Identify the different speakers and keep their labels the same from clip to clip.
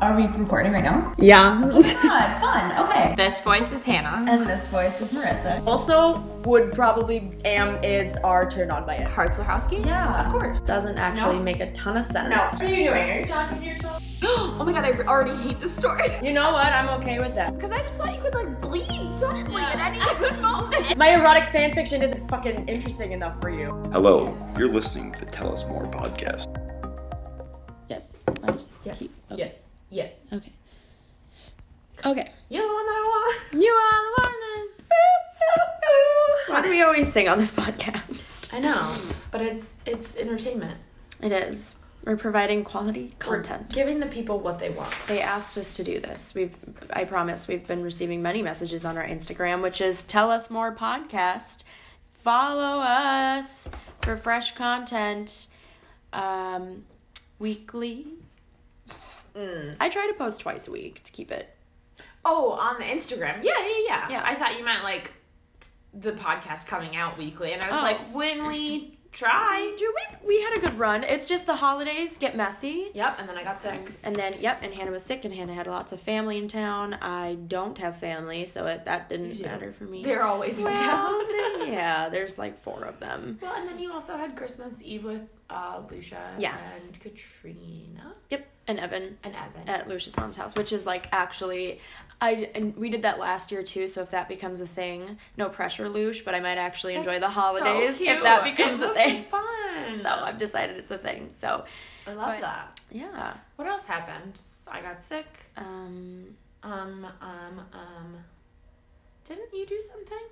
Speaker 1: Are we recording right now? Oh
Speaker 2: Yeah.
Speaker 1: God, fun. Okay.
Speaker 3: This voice is Hannah.
Speaker 1: And this voice is Marissa.
Speaker 4: Also, would probably am is are turned on by it.
Speaker 3: Hartzlowski?
Speaker 1: Yeah.
Speaker 3: Of course.
Speaker 4: Doesn't actually
Speaker 2: No.
Speaker 4: make a ton of sense.
Speaker 1: are you doing? Are you talking to yourself?
Speaker 3: Oh my god, I already hate this story.
Speaker 4: You know what? I'm okay with that.
Speaker 3: Because I just thought you could like bleed suddenly at any given moment.
Speaker 4: My erotic fan fiction isn't fucking interesting enough for you.
Speaker 5: Hello, you're listening to Tell Us More podcast.
Speaker 2: yes. I just keep. Okay.
Speaker 4: Yes. Yes.
Speaker 2: Okay. Okay.
Speaker 4: You're the one that I want.
Speaker 2: You are the one. Why do we always sing on this podcast?
Speaker 4: I know, but it's it's entertainment.
Speaker 2: It is. We're providing quality
Speaker 4: We're
Speaker 2: content.
Speaker 4: giving the people what they want.
Speaker 2: They asked us to do this. We've, I promise, we've been receiving many messages on our Instagram, which is Tell Us More Podcast. Follow us for fresh content um, weekly.
Speaker 3: Mm.
Speaker 2: I try to post twice a week to keep it.
Speaker 4: Oh, on the Instagram. Yeah, yeah, yeah.
Speaker 2: Yeah.
Speaker 4: I thought you meant like t- the podcast coming out weekly, and I was
Speaker 2: Oh.
Speaker 4: like, when we try.
Speaker 2: Drew, we, we had a good run. It's just the holidays get messy.
Speaker 4: Yep, and then I got sick.
Speaker 2: And then, yep, and Hannah was sick, and Hannah had lots of family in town. I don't have family, so it, that didn't matter for me.
Speaker 4: They're always in
Speaker 2: Well,
Speaker 4: town.
Speaker 2: then, yeah, there's like four of them.
Speaker 4: Well, and then you also had Christmas Eve with uh, Lucia
Speaker 2: Yes.
Speaker 4: and Katrina
Speaker 2: Yep, and Evan
Speaker 4: and Evan.
Speaker 2: at Lucia's mom's house, which is like actually, I and we did that last year too. So if that becomes a thing, no pressure, Lucia, but I might actually enjoy the
Speaker 4: That's so
Speaker 2: holidays
Speaker 4: cute.
Speaker 2: if that becomes
Speaker 4: It
Speaker 2: a
Speaker 4: would
Speaker 2: thing.
Speaker 4: be Fun.
Speaker 2: So I've decided it's a thing. So
Speaker 4: I love
Speaker 2: but-
Speaker 4: that.
Speaker 2: yeah,
Speaker 4: What else happened? So I got sick.
Speaker 2: um,
Speaker 4: Um, um, um. Didn't you do something?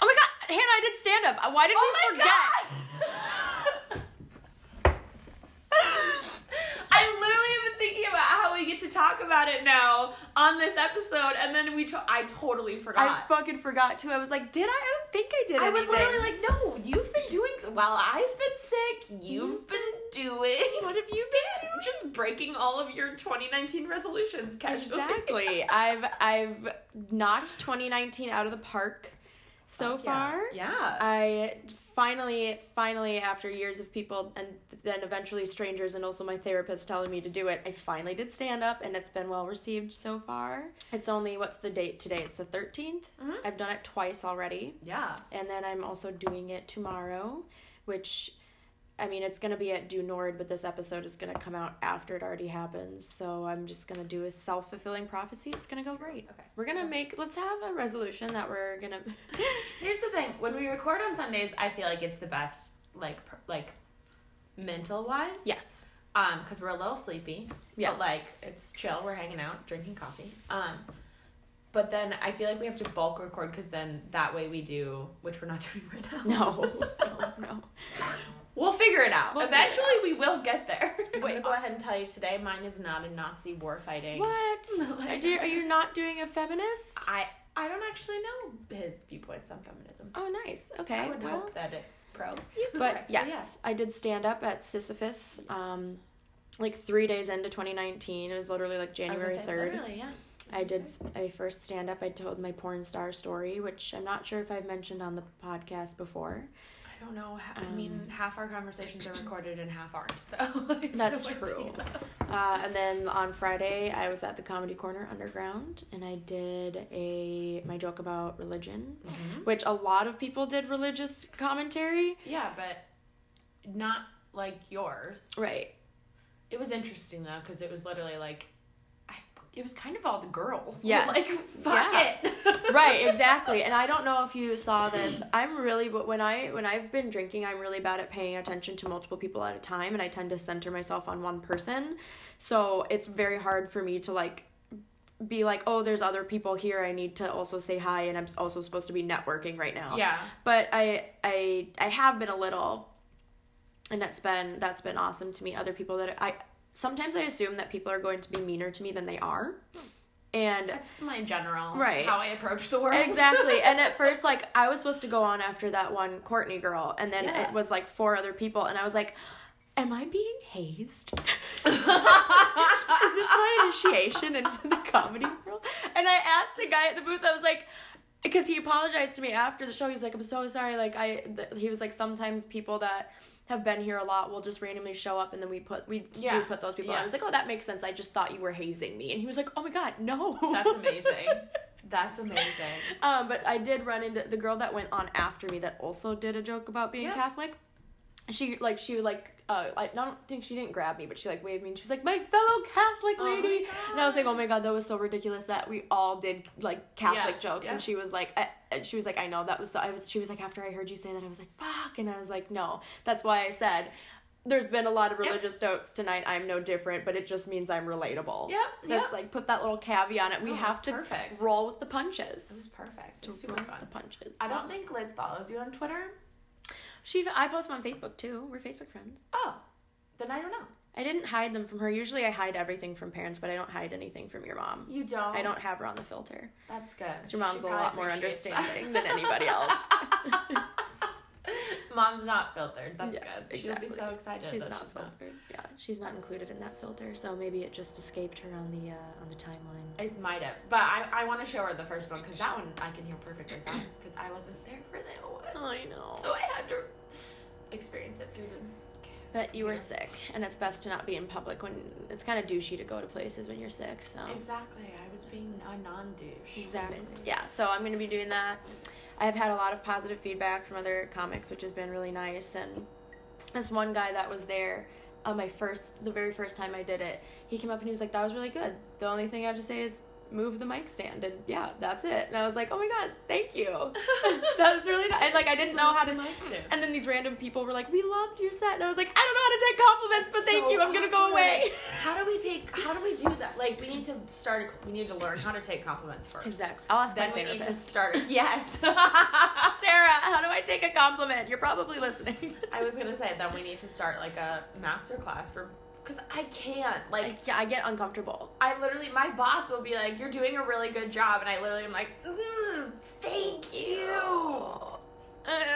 Speaker 2: Oh my god, Hannah, I did stand up. Why did
Speaker 4: Oh
Speaker 2: we forget?
Speaker 4: I literally have been thinking about how we get to talk about it now on this episode, and then we to- I totally
Speaker 2: I
Speaker 4: forgot.
Speaker 2: fucking forgot too. I was like, did I? I don't think I did.
Speaker 4: I was
Speaker 2: anything.
Speaker 4: literally like, no, you've been doing. While I've been sick, you've been doing. Mm-hmm. What have you been doing? Just breaking all of your 2019 resolutions casually.
Speaker 2: exactly. I've I've knocked 2019 out of the park so far.
Speaker 4: Yeah.
Speaker 2: I finally, finally, after years of people and then eventually strangers and also my therapist telling me to do it, I finally did stand up and it's been well received so far. It's only, what's the date today? It's the 13th.
Speaker 4: Mhm.
Speaker 2: I've done it twice already.
Speaker 4: Yeah.
Speaker 2: And then I'm also doing it tomorrow, which, I mean, it's going to be at Do Nord, but this episode is going to come out after it already happens. So I'm just going to do a self fulfilling prophecy. It's going to go great.
Speaker 4: Okay.
Speaker 2: We're going to make, let's have a resolution that we're going to.
Speaker 4: Here's the thing: when we record on Sundays, I feel like it's the best, like per- like mental wise.
Speaker 2: Yes.
Speaker 4: Um, because we're a little sleepy.
Speaker 2: Yes.
Speaker 4: But like it's chill. We're hanging out, drinking coffee. Um, but then I feel like we have to bulk record because then that way we do, which we're not doing right now.
Speaker 2: No, no, no.
Speaker 4: We'll figure it out.
Speaker 2: We'll figure it
Speaker 4: Eventually, we will get there.
Speaker 2: Wait,
Speaker 4: I'm gonna go ahead and tell you today. Mine is not a Nazi war fighting.
Speaker 2: What?
Speaker 4: I
Speaker 2: Are
Speaker 4: do-
Speaker 2: you, are you not doing a feminist?
Speaker 4: I I don't actually know his viewpoints on feminism.
Speaker 2: Oh, nice. Okay.
Speaker 4: I would
Speaker 2: well,
Speaker 4: hope that it's pro.
Speaker 2: But
Speaker 4: Christ,
Speaker 2: yes,
Speaker 4: yeah.
Speaker 2: I did stand up at Sisyphus. Um, like three days into 2019, it was literally
Speaker 4: I
Speaker 2: like
Speaker 4: was gonna
Speaker 2: January
Speaker 4: say,
Speaker 2: 3rd.
Speaker 4: Literally, yeah.
Speaker 2: I did my first stand up. I told my porn star story, which I'm not sure if I've mentioned on the podcast before.
Speaker 4: I don't know. h- I
Speaker 2: Um,
Speaker 4: mean, half our conversations are recorded and half aren't. So like,
Speaker 2: That's
Speaker 4: no
Speaker 2: true.
Speaker 4: idea.
Speaker 2: Uh, and then on Friday, I was at the Comedy Corner Underground, and I did a my joke about religion, which a lot of people did religious commentary.
Speaker 4: Yeah, but not like yours.
Speaker 2: Right.
Speaker 4: It was interesting though because it was literally like, I, it was kind of all the girls. were
Speaker 2: Yes.
Speaker 4: like fuck
Speaker 2: Yeah.
Speaker 4: it.
Speaker 2: right exactly and i don't know if you saw this i'm really but when i when i've been drinking i'm really bad at paying attention to multiple people at a time and i tend to center myself on one person so it's very hard for me to like be like oh there's other people here i need to also say hi and i'm also supposed to be networking right now
Speaker 4: Yeah.
Speaker 2: but i i i have been a little and that's been that's been awesome to meet other people that i sometimes i assume that people are going to be meaner to me than they are and
Speaker 4: That's my general
Speaker 2: Right.
Speaker 4: how I approach the world.
Speaker 2: Exactly. And at first, like, I was supposed to go on after that one Courtney girl, and then
Speaker 4: Yeah.
Speaker 2: it was like four other people, and I was like, Am I being hazed? Is this my initiation into the comedy world? And I asked the guy at the booth, I was like, because he apologized to me after the show. He was like, "I'm so sorry." Like I, th- he was like, sometimes people that have been here a lot will just randomly show up, and then we put we
Speaker 4: Yeah.
Speaker 2: do put those people. on.
Speaker 4: Yeah.
Speaker 2: I was like, "Oh, that makes sense." I just thought you were hazing me, and he was like, "Oh my god, no."
Speaker 4: That's amazing. That's amazing.
Speaker 2: Um, but I did run into the girl that went on after me that also did a joke about being
Speaker 4: Yeah.
Speaker 2: Catholic. She like she like uh, I don't think she didn't grab me, but she like waved me and she was like, "My fellow Catholic
Speaker 4: Oh my
Speaker 2: lady," and I was like, "Oh my god, that was so ridiculous that we all did like Catholic
Speaker 4: Yeah,
Speaker 2: jokes."
Speaker 4: yeah.
Speaker 2: And she was like, I, and "She was like, I know that was so." I was she was like, after I heard you say that, I was like, "Fuck," and I was like, "No, that's why I said." There's been a lot of religious jokes tonight. I'm no different, but it just means I'm relatable.
Speaker 4: Yep,
Speaker 2: That's
Speaker 4: yep.
Speaker 2: like put that little caveat on it. We
Speaker 4: No,
Speaker 2: have
Speaker 4: it's
Speaker 2: to
Speaker 4: perfect.
Speaker 2: roll with the punches
Speaker 4: This is perfect.
Speaker 2: to
Speaker 4: It's super
Speaker 2: roll
Speaker 4: fun.
Speaker 2: the punches.
Speaker 4: I don't think Liz follows you on Twitter.
Speaker 2: She. I post them on Facebook too. We're Facebook friends.
Speaker 4: Oh, then I don't know.
Speaker 2: I didn't hide them from her. Usually, I hide everything from parents, but I don't hide anything from your mom.
Speaker 4: You don't.
Speaker 2: I don't have her on the filter.
Speaker 4: That's good.
Speaker 2: Your mom's
Speaker 4: She probably
Speaker 2: a lot more
Speaker 4: appreciates that.
Speaker 2: understanding than anybody else.
Speaker 4: mom's not filtered. That's
Speaker 2: Yeah,
Speaker 4: good. She'll be so excited.
Speaker 2: She's
Speaker 4: that
Speaker 2: not
Speaker 4: she's
Speaker 2: filtered. Yeah, she's not included in that filter. So maybe it just escaped her on the uh, on the timeline.
Speaker 4: It might have, but I, I want to show her the first one because that one I can hear perfectly fine because I wasn't there for that one,
Speaker 2: I know.
Speaker 4: so I had to experience it through the.
Speaker 2: but you were
Speaker 4: Yeah.
Speaker 2: sick, and it's best to not be in public when it's kind of douchey to go to places when you're sick. So
Speaker 4: Exactly, I was being a non-douche.
Speaker 2: Exactly. Yeah, so I'm going to be doing that. I've had a lot of positive feedback from other comics, which has been really nice. And this one guy that was there on my first, the very first time I did it, he came up and he was like, That was really good. The only thing I have to say is move the mic stand. And yeah, that's it. And I was like, Oh my God, thank you. that was really nice. And like, I didn't know how to.
Speaker 4: Mic stand.
Speaker 2: And then these random people were like, "We loved your set," and I was like, "I don't know how to take compliments, but thank
Speaker 4: So
Speaker 2: you. I'm gonna go
Speaker 4: awkward.
Speaker 2: away."
Speaker 4: How do we take? How do we do that? Like we need to start. a- We need to learn how to take compliments first.
Speaker 2: Exactly. I'll ask
Speaker 4: Then
Speaker 2: my
Speaker 4: we need
Speaker 2: therapist.
Speaker 4: to start. Yes.
Speaker 2: Sarah, how do I take a compliment? You're probably listening.
Speaker 4: I was gonna say then we need to start like a master class for because I can't like.
Speaker 2: Like, yeah, I get uncomfortable.
Speaker 4: I literally, my boss will be like, "You're doing a really good job," and I literally am like, "Ugh, "Thank you."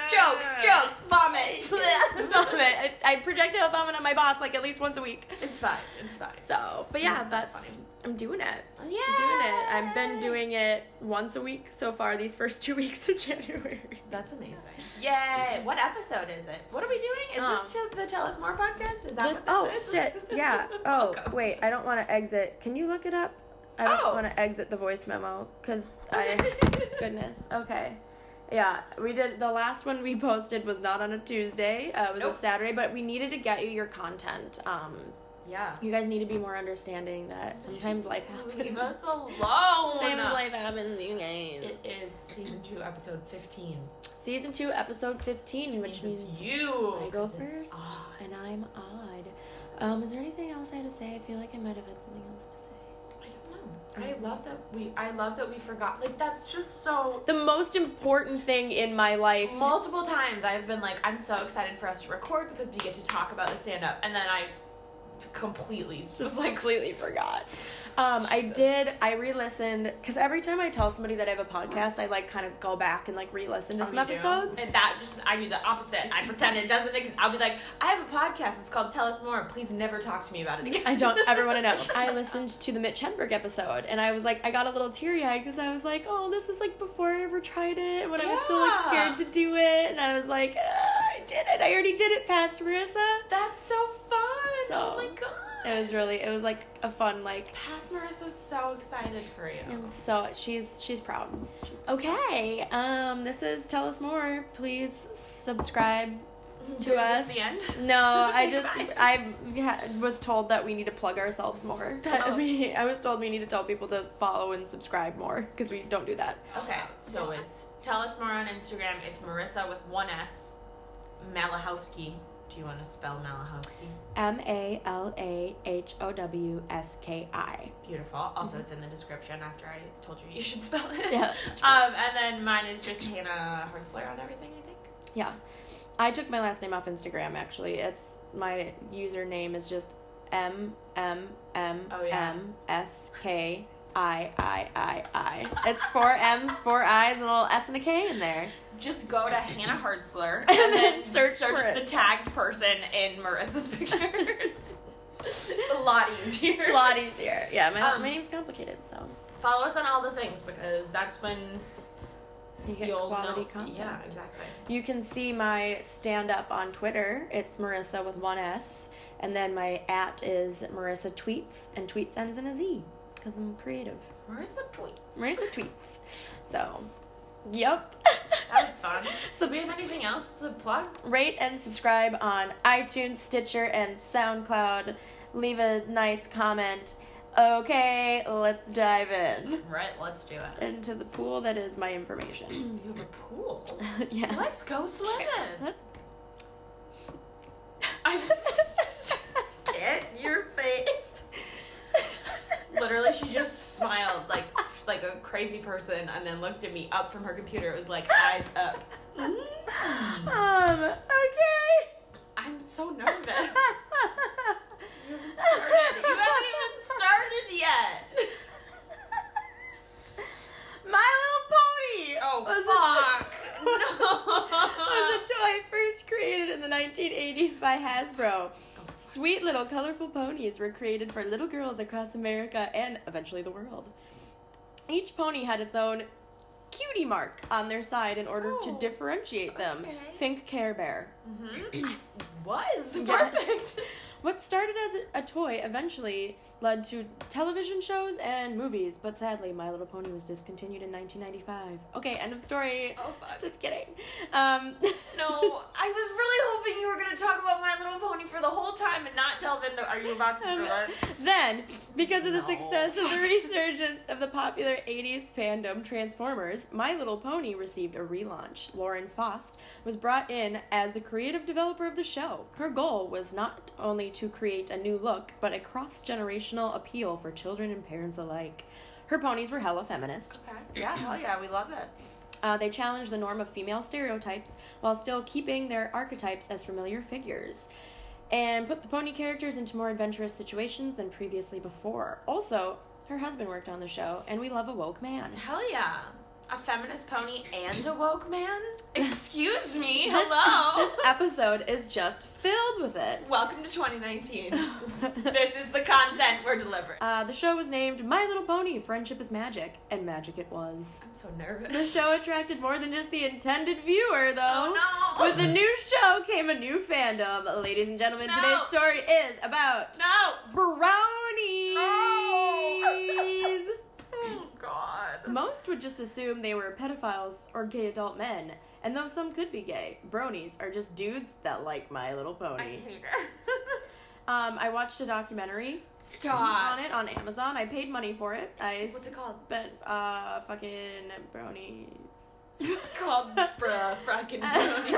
Speaker 4: Jokes, jokes, vomit, vomit.
Speaker 2: vomit. I, I projectile vomit on my boss like at least once a week.
Speaker 4: It's fine. It's fine.
Speaker 2: So, but yeah,
Speaker 4: Mm,
Speaker 2: that's,
Speaker 4: that's funny.
Speaker 2: I'm doing it.
Speaker 4: yeah,
Speaker 2: I'm doing it. I've been doing it once a week so far these first two weeks of January.
Speaker 4: That's amazing. Yay! What episode is it? What are we doing? Is
Speaker 2: Um,
Speaker 4: this te- the Tell Us More podcast? Is that
Speaker 2: This-
Speaker 4: what
Speaker 2: oh
Speaker 4: this is?
Speaker 2: shit. Yeah. Oh
Speaker 4: Okay.
Speaker 2: wait, I don't want to exit. Can you look it up? I don't
Speaker 4: Oh.
Speaker 2: want to exit the voice memo because I. Goodness. Okay. Yeah, we did. The last one we posted was not on a Tuesday. Uh, it was
Speaker 4: Nope.
Speaker 2: a Saturday, but we needed to get you your content. Um,
Speaker 4: yeah.
Speaker 2: you guys need to be more understanding that sometimes life happens.
Speaker 4: Leave us
Speaker 2: Sometimes
Speaker 4: alone.
Speaker 2: life happens, you guys.
Speaker 4: It is season two, episode fifteen,
Speaker 2: Season two, episode fifteen, which
Speaker 4: which
Speaker 2: means
Speaker 4: means you.
Speaker 2: I go
Speaker 4: 'cause it's
Speaker 2: first,
Speaker 4: odd.
Speaker 2: and I'm odd. Um, is there anything else I had to say? I feel like I might have had something else to say.
Speaker 4: I don't
Speaker 2: Mm.
Speaker 4: know. I love that we. I love that we forgot. Like that's just so.
Speaker 2: The most important thing in my life.
Speaker 4: Multiple times I've been like, I'm so excited for us to record because we get to talk about the stand up, and then I completely just like
Speaker 2: completely forgot. Um, I
Speaker 4: Jesus.
Speaker 2: did. I re-listened because every time I tell somebody that I have a podcast, I like kind of go back and like re-listen to some
Speaker 4: Oh, you do?
Speaker 2: episodes.
Speaker 4: and that just I do the opposite. I pretend it doesn't exist. I'll be like, I have a podcast. It's called Tell Us More. Please never talk to me about it again.
Speaker 2: I don't ever want to know. I listened to the Mitch Hedberg episode, and I was like, I got a little teary-eyed because I was like, oh, this is like before I ever tried it, and when I was still like
Speaker 4: Yeah.
Speaker 2: scared to do it, and I was like, ah, I did it. I already did it, past Marissa.
Speaker 4: That's so fun. Oh
Speaker 2: No.
Speaker 4: my god.
Speaker 2: It was really. It was like a fun like.
Speaker 4: Past Marissa's so excited for you.
Speaker 2: I'm so she's she's proud. Okay, um, this is tell us more. Please subscribe to
Speaker 4: Mm-hmm. Is this
Speaker 2: us.
Speaker 4: the end?
Speaker 2: No, I just
Speaker 4: Bye.
Speaker 2: I ha- was told that we need to plug ourselves more. That
Speaker 4: Oh.
Speaker 2: we- I was told we need to tell people to follow and subscribe more because we don't do that.
Speaker 4: Okay, so it's tell us more on Instagram. It's Marissa with one S, Malahowski. Do you want to spell Malahowski?
Speaker 2: M A L A H O W S K I.
Speaker 4: Beautiful. Also, it's in the description after I told you you should spell it.
Speaker 2: Mm-hmm. Yeah, that's true.
Speaker 4: Um, and then mine is just Hannah Hertzler on everything. I think.
Speaker 2: Yeah, I took my last name off Instagram. Actually, it's my username is just M M M
Speaker 4: Oh, yeah.
Speaker 2: M S K I I I I. It's four M's, four I's, and a little S and a K in there.
Speaker 4: Just go to Hannah Hertzler and,
Speaker 2: then
Speaker 4: then
Speaker 2: search
Speaker 4: search
Speaker 2: for it.
Speaker 4: the tagged person in Marissa's pictures. it's a lot easier.
Speaker 2: A lot easier. Yeah, my
Speaker 4: Um,
Speaker 2: my name's complicated, so
Speaker 4: Follow us on all the things because that's when
Speaker 2: You get
Speaker 4: You'll
Speaker 2: quality
Speaker 4: know-
Speaker 2: content.
Speaker 4: Yeah, exactly.
Speaker 2: You can see my stand up on Twitter. It's Marissa with one S. And then my at is Marissa Tweets, and tweets ends in a Z because I'm creative.
Speaker 4: Marissa tweet.
Speaker 2: Marissa Tweets. So, yep.
Speaker 4: That was fun. so, do we have anything else to plug?
Speaker 2: Rate and subscribe on iTunes, Stitcher, and SoundCloud. Leave a nice comment. Okay, let's dive in
Speaker 4: Right, let's do it.
Speaker 2: into the pool that is my information.
Speaker 4: Oh, You have a pool.
Speaker 2: yeah.
Speaker 4: Let's go swimming.
Speaker 2: Let's
Speaker 4: I'm spit your face.
Speaker 2: Um,
Speaker 4: Literally, she just smiled like like a crazy person, and then looked at me up from her computer. It was like eyes up.
Speaker 2: Um, okay.
Speaker 4: I'm so nervous. started. You haven't even started yet. My Little Pony. Oh
Speaker 2: Was
Speaker 4: fuck. no.
Speaker 2: was a toy first created in the 1980s by Hasbro. Sweet little colorful ponies were created for little girls across America and eventually the world. Each pony had its own cutie mark on their side in order to
Speaker 4: Oh,
Speaker 2: differentiate them.
Speaker 4: okay.
Speaker 2: Think Care Bear.
Speaker 4: Mhm. Was
Speaker 2: Yeah.
Speaker 4: perfect.
Speaker 2: What started as a- a toy eventually led to television shows and movies, but sadly, My Little Pony was discontinued in 1995. Okay, end of story.
Speaker 4: Oh fuck.
Speaker 2: Just kidding. Um,
Speaker 4: No, I was really hoping you were gonna talk about My Little Pony for the whole time and not delve into. Are you about to do
Speaker 2: Um,
Speaker 4: it?
Speaker 2: then, because of the
Speaker 4: No.
Speaker 2: success of the resurgence of the popular 80s fandom Transformers, My Little Pony received a relaunch. Lauren Faust was brought in as the creative developer of the show. Her goal was not only to create a new look, but a cross generational appeal for children and parents alike. Her ponies were hella feminist.
Speaker 4: Okay. Yeah, hell yeah, we love it.
Speaker 2: Uh, they challenged the norm of female stereotypes while still keeping their archetypes as familiar figures and put the pony characters into more adventurous situations than previously before. Also, her husband worked on the show, and we love a woke man.
Speaker 4: Hell yeah. A feminist pony and a woke man? Excuse me. Hello.
Speaker 2: This episode is just filled with it.
Speaker 4: Welcome to 2019. this is the content we're delivering.
Speaker 2: uh, the show was named My Little Pony Friendship is Magic, and magic it was.
Speaker 4: I'm so
Speaker 2: The
Speaker 4: nervous.
Speaker 2: show attracted more than just the intended viewer, though.
Speaker 4: Oh no.
Speaker 2: With the new show came a new fandom. Ladies and gentlemen,
Speaker 4: No.
Speaker 2: today's story is about
Speaker 4: no.
Speaker 2: brownies.
Speaker 4: Oh god.
Speaker 2: Most would just assume they were pedophiles or gay adult men, and though some could be gay, bronies are just dudes that like My Little
Speaker 4: I
Speaker 2: Pony.
Speaker 4: hate it.
Speaker 2: Um, I watched a documentary
Speaker 4: Stop.
Speaker 2: on it on Amazon. I paid money for it. I
Speaker 4: What's it called?
Speaker 2: spent uh fucking bronies.
Speaker 4: It's called bruh fracking brony.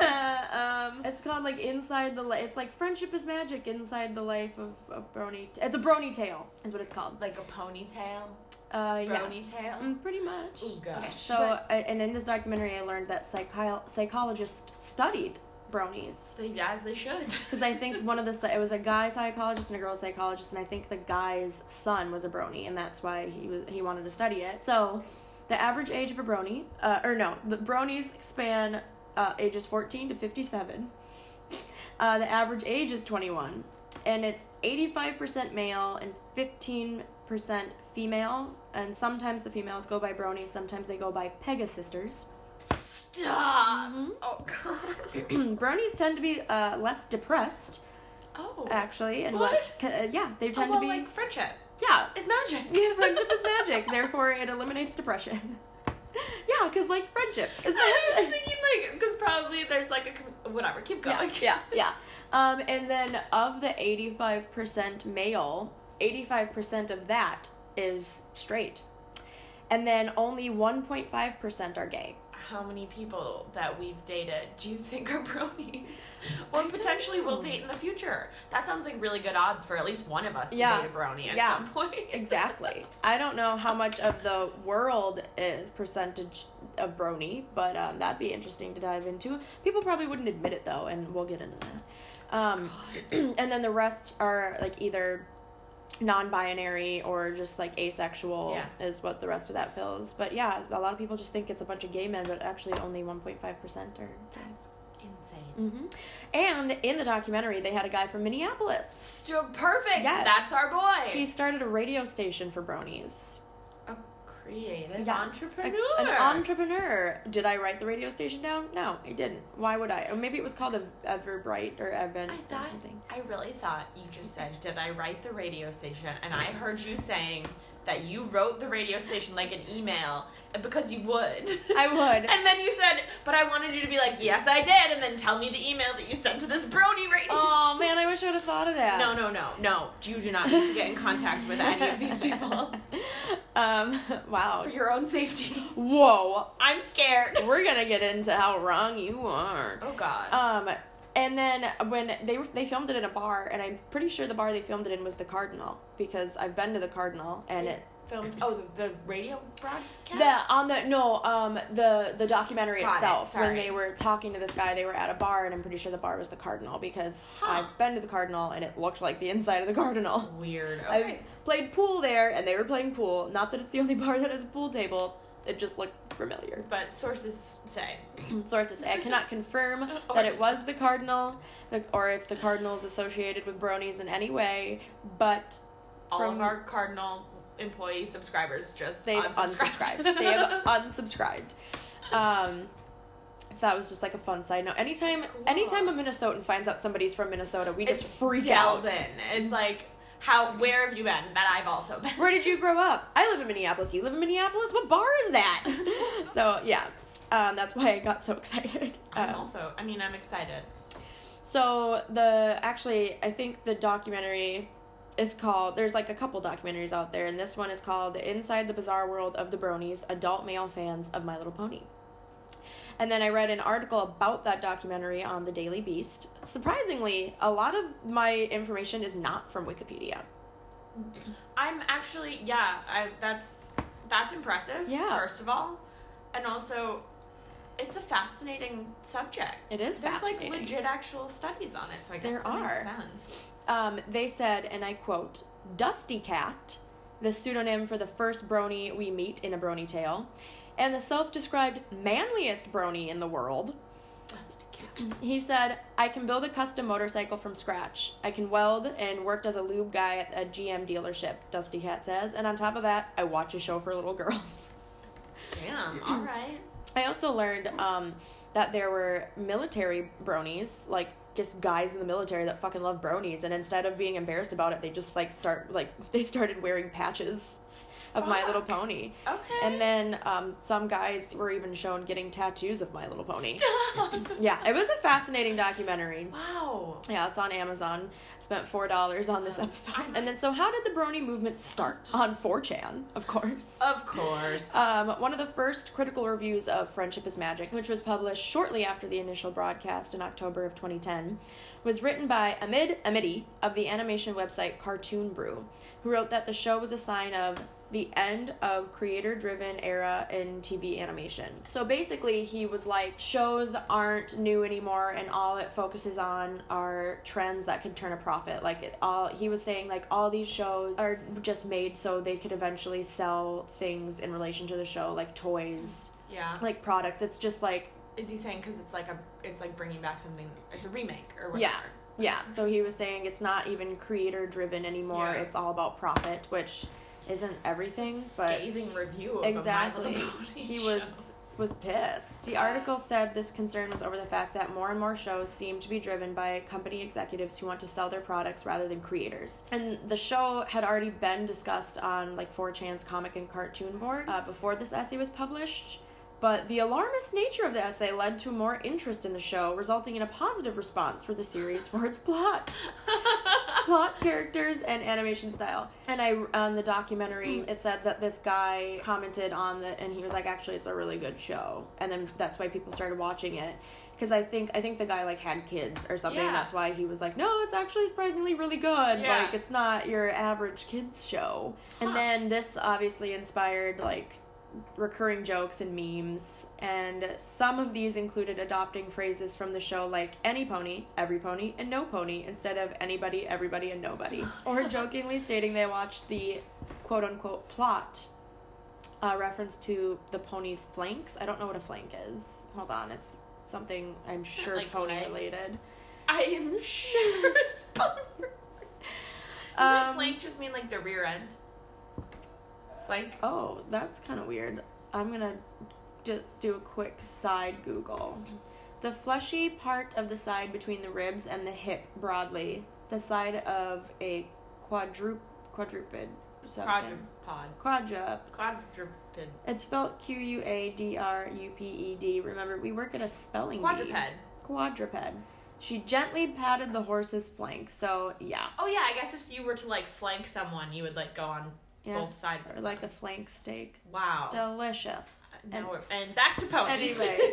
Speaker 2: um, it's called like inside the. Li- it's like friendship is magic inside the life of a brony. T- it's a brony tale, is what it's called.
Speaker 4: Like a ponytail.
Speaker 2: Uh, yeah.
Speaker 4: Brony tail.
Speaker 2: Mm, pretty much.
Speaker 4: Oh gosh.
Speaker 2: So, I, and in this documentary, I learned that psychi- psychologists studied bronies.
Speaker 4: They- As they should.
Speaker 2: Because I think one of the psy- it was a guy psychologist and a girl psychologist, and I think the guy's son was a brony, and that's why he was he wanted to study it. So, the average age of a brony, uh, or no, the bronies span uh, ages 14 to 57. Uh, the average age is 21, and it's 85% male and 15% female. And sometimes the females go by bronies, sometimes they go by pegasisters.
Speaker 4: Stop. Oh god.
Speaker 2: bronies tend to be uh, less depressed,
Speaker 4: Oh.
Speaker 2: actually, and
Speaker 4: What?
Speaker 2: less. ca- uh, yeah, they
Speaker 4: Oh,
Speaker 2: tend
Speaker 4: well,
Speaker 2: to be.
Speaker 4: like friendship
Speaker 2: yeah,
Speaker 4: is magic.
Speaker 2: yeah, friendship is magic. Therefore, it eliminates depression. yeah, because like friendship
Speaker 4: I
Speaker 2: is
Speaker 4: was
Speaker 2: magic.
Speaker 4: thinking like because probably there's like a com- whatever. Keep going.
Speaker 2: Yeah, yeah. Um, and then of the 85% male, 85% of that is straight. And then only 1.5% are gay.
Speaker 4: How many people that we've dated do you think are bronies, or
Speaker 2: I don't
Speaker 4: potentially will
Speaker 2: know.
Speaker 4: date in the future? That sounds like really good odds for at least one of us
Speaker 2: Yeah.
Speaker 4: to date a brony at
Speaker 2: Yeah.
Speaker 4: some point.
Speaker 2: Exactly. I don't know how much of the world is percentage of brony, but um, that'd be interesting to dive into. People probably wouldn't admit it though, and we'll get into that. Um, and then the rest are like either non-binary or just like asexual
Speaker 4: Yeah.
Speaker 2: is what the rest of that fills. But yeah, a lot of people just think it's a bunch of gay men, but actually only 1.5% are.
Speaker 4: That's insane.
Speaker 2: hmm And in the documentary, they had a guy from Minneapolis.
Speaker 4: Still perfect.
Speaker 2: Yes.
Speaker 4: That's our boy.
Speaker 2: He started a radio station for bronies.
Speaker 4: a creative
Speaker 2: Yeah.
Speaker 4: entrepreneur.
Speaker 2: A- An entrepreneur. Did I write the radio station down? No, I didn't. Why would I? Or maybe it was called Ev- Everbright or Event
Speaker 4: I
Speaker 2: or
Speaker 4: thought,
Speaker 2: something.
Speaker 4: I really thought you just said, "Did I write the radio station?" And I heard you saying that you wrote the radio station like an email uh, because you would.
Speaker 2: I would.
Speaker 4: and then you said, "But I wanted you to be like, yes, I did," and then tell me the email that you sent to this brony radio.
Speaker 2: Oh man, I wish I would have thought of that.
Speaker 4: No, no, no, no. You do not need to get in contact with any of these people
Speaker 2: um. Wow.
Speaker 4: for your own safety.
Speaker 2: Whoa.
Speaker 4: I'm scared.
Speaker 2: We're gonna get into how wrong you are.
Speaker 4: Oh God.
Speaker 2: Um. And then when they were- they filmed it in a bar, and I'm pretty sure the bar they filmed it in was the Cardinal because I've been to the Cardinal and it
Speaker 4: filmed. Oh, the, the radio broadcast.
Speaker 2: The on the no, um, the the documentary
Speaker 4: Got it,
Speaker 2: itself. when
Speaker 4: sorry.
Speaker 2: they were talking to this guy, they were at a bar, and I'm pretty sure the bar was the Cardinal because
Speaker 4: Huh.
Speaker 2: I've been to the Cardinal and it looked like the inside of the Cardinal.
Speaker 4: Weird. Okay.
Speaker 2: I've played pool there, and they were playing pool. Not that it's the only bar that has a pool table. It just looked familiar.
Speaker 4: But sources say.
Speaker 2: Sources: I cannot confirm
Speaker 4: Or
Speaker 2: that it was the Cardinal, the, or if the Cardinal is associated with Bronies in any way. But
Speaker 4: all
Speaker 2: from-
Speaker 4: of our cardinal employee subscribers just
Speaker 2: They've
Speaker 4: unsubscribed.
Speaker 2: unsubscribed. they have unsubscribed. Um, so that was just like a fun side note. Anytime,
Speaker 4: That's cool.
Speaker 2: anytime a Minnesotan finds out somebody's from Minnesota, we just
Speaker 4: It's
Speaker 2: freak out.
Speaker 4: delve in. It's like how where have you been? That I've also been.
Speaker 2: Where did you grow up? I live in Minneapolis. You live in Minneapolis. What bar is that? so yeah, um, that's why I got so excited.
Speaker 4: I'm
Speaker 2: Um,
Speaker 4: also. I mean, I'm excited.
Speaker 2: So the actually, I think the documentary is called. There's like a couple documentaries out there, and this one is called "Inside the Bizarre World of the Bronies: Adult Male Fans of My Little Pony." And then I read an article about that documentary on the Daily Beast. Surprisingly, a lot of my information is not from Wikipedia.
Speaker 4: I'm actually. Yeah. I, that's that's impressive.
Speaker 2: Yeah.
Speaker 4: First of all, and also, it's a fascinating subject.
Speaker 2: It is
Speaker 4: There's like
Speaker 2: fascinating.
Speaker 4: legit actual studies on it, so I guess
Speaker 2: There
Speaker 4: that
Speaker 2: are.
Speaker 4: makes sense.
Speaker 2: Um, they said, and I quote, Dusty Cat, the pseudonym for the first brony we meet in a brony tale, and the self described manliest brony in the world.
Speaker 4: Just kidding.
Speaker 2: He said, I can build a custom motorcycle from scratch. I can weld and worked as a lube guy at a GM dealership, Dusty Cat says, and on top of that, I watch a show for little girls.
Speaker 4: Damn. All right.
Speaker 2: I also learned um, that there were military bronies, like just guys in the military that fucking love bronies, and instead of being embarrassed about it, they just like start like they started wearing patches of My Little
Speaker 4: Fuck.
Speaker 2: Pony,
Speaker 4: Okay.
Speaker 2: and then um, some guys were even shown getting tattoos of My Little Pony.
Speaker 4: Stop.
Speaker 2: Yeah, it was a fascinating documentary.
Speaker 4: Wow.
Speaker 2: Yeah, it's on Amazon. Spent four dollars on this episode,
Speaker 4: I'm-
Speaker 2: and then so how did the Brony movement start Oh, on 4chan? Of course.
Speaker 4: Of course.
Speaker 2: Um, one of the first critical reviews of Friendship is Magic, which was published shortly after the initial broadcast in October of 2010, was written by Amid Amidi of the animation website Cartoon Brew, who wrote that the show was a sign of the end of creator driven era in TV animation. So basically, he was like, shows aren't new anymore, and all it focuses on are trends that could turn a profit. Like, it all he was saying, like, all these shows are just made so they could eventually sell things in relation to the show, like toys,
Speaker 4: yeah.
Speaker 2: like products. It's just like,
Speaker 4: Is he saying because it's like a it's like bringing back something? It's a remake or whatever.
Speaker 2: Yeah. yeah. So he was saying it's not even creator driven anymore,
Speaker 4: Yeah.
Speaker 2: it's all about profit, which isn't everything, but.
Speaker 4: Scathing review of
Speaker 2: exactly
Speaker 4: a My Little Pony
Speaker 2: he
Speaker 4: show.
Speaker 2: was was pissed the article said this concern was over the fact that more and more shows seem to be driven by company executives who want to sell their products rather than creators and the show had already been discussed on like 4chan's comic and cartoon board uh, before this essay was published but the alarmist nature of the essay led to more interest in the show, resulting in a positive response for the series for its plot plot, characters, and animation style. And I on the documentary, it said that this guy commented on the, and he was like, "Actually, it's a really good show," and then that's why people started watching it. Because I think I think the guy like had kids or something.
Speaker 4: Yeah.
Speaker 2: And that's why he was like, "No, it's actually surprisingly really good.
Speaker 4: Yeah.
Speaker 2: Like, it's not your average kids show."
Speaker 4: Huh.
Speaker 2: And then this obviously inspired like recurring jokes and memes, and some of these included adopting phrases from the show like any pony, every pony, and no pony instead of anybody, everybody, and nobody, or jokingly stating they watched the quote unquote plot. Uh, reference to the pony's flanks. I don't know what a flank is. Hold on, it's something I'm
Speaker 4: not
Speaker 2: sure
Speaker 4: like
Speaker 2: pony
Speaker 4: legs.
Speaker 2: related.
Speaker 4: I am sure it's bummer. Doesn't
Speaker 2: Um,
Speaker 4: flank just mean like the rear end? Like,
Speaker 2: Oh, that's kind of weird. I'm gonna just do a quick side Google.
Speaker 4: Mm-hmm.
Speaker 2: The fleshy part of the side between the ribs and the hip broadly, the side of a quadrup quadruped something.
Speaker 4: quadrupod.
Speaker 2: Quadruped.
Speaker 4: Quadruped.
Speaker 2: It's spelled Q U A D R U P E D. Remember, we work at a spelling bee.
Speaker 4: Quadruped.
Speaker 2: Quadruped. She gently patted the horse's flank. So yeah,
Speaker 4: Oh, yeah, I guess if you were to, like, flank someone, you would, like, go on
Speaker 2: yeah,
Speaker 4: both sides.
Speaker 2: or like a flank steak.
Speaker 4: Wow.
Speaker 2: Delicious.
Speaker 4: And, and back to ponies.
Speaker 2: Anyway.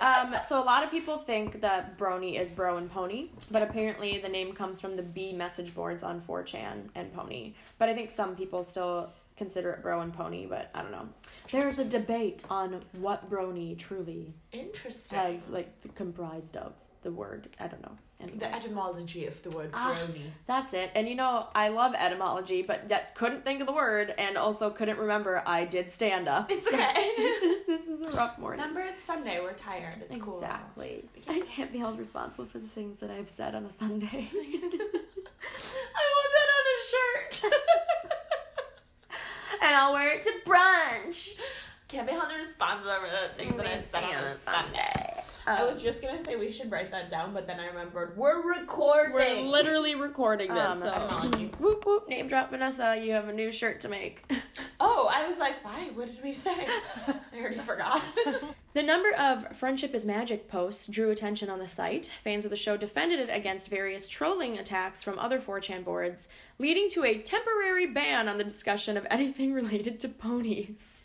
Speaker 2: um, so a lot of people think that brony is bro and pony, but apparently the name comes from the B message boards on 4chan and pony. But I think some people still consider it bro and pony, but I don't know. There's a debate on what brony truly
Speaker 4: Interesting.
Speaker 2: has like th- comprised of the word. I don't know. Anyway.
Speaker 4: the etymology of the word
Speaker 2: Ah.
Speaker 4: brony.
Speaker 2: That's it. And you know, I love etymology, but yet couldn't think of the word and also couldn't remember I did stand up.
Speaker 4: It's okay.
Speaker 2: this is a rough morning.
Speaker 4: Remember, it's Sunday. We're tired. It's cool.
Speaker 2: Exactly. I can't be held responsible for the things that I've said on a Sunday.
Speaker 4: I want that on a shirt.
Speaker 2: and I'll wear it to brunch.
Speaker 4: Can't be held responsible for the things that I said on a Sunday.
Speaker 2: Um,
Speaker 4: I was just gonna say we should write that down, but then I remembered we're recording.
Speaker 2: We're literally recording this.
Speaker 4: Um, etymology.
Speaker 2: so. Whoop whoop, name drop Vanessa. You have a new shirt to make.
Speaker 4: oh, I was like, why? What did we say? I already forgot.
Speaker 2: The number of Friendship is Magic posts drew attention on the site. Fans of the show defended it against various trolling attacks from other 4chan boards, leading to a temporary ban on the discussion of anything related to ponies.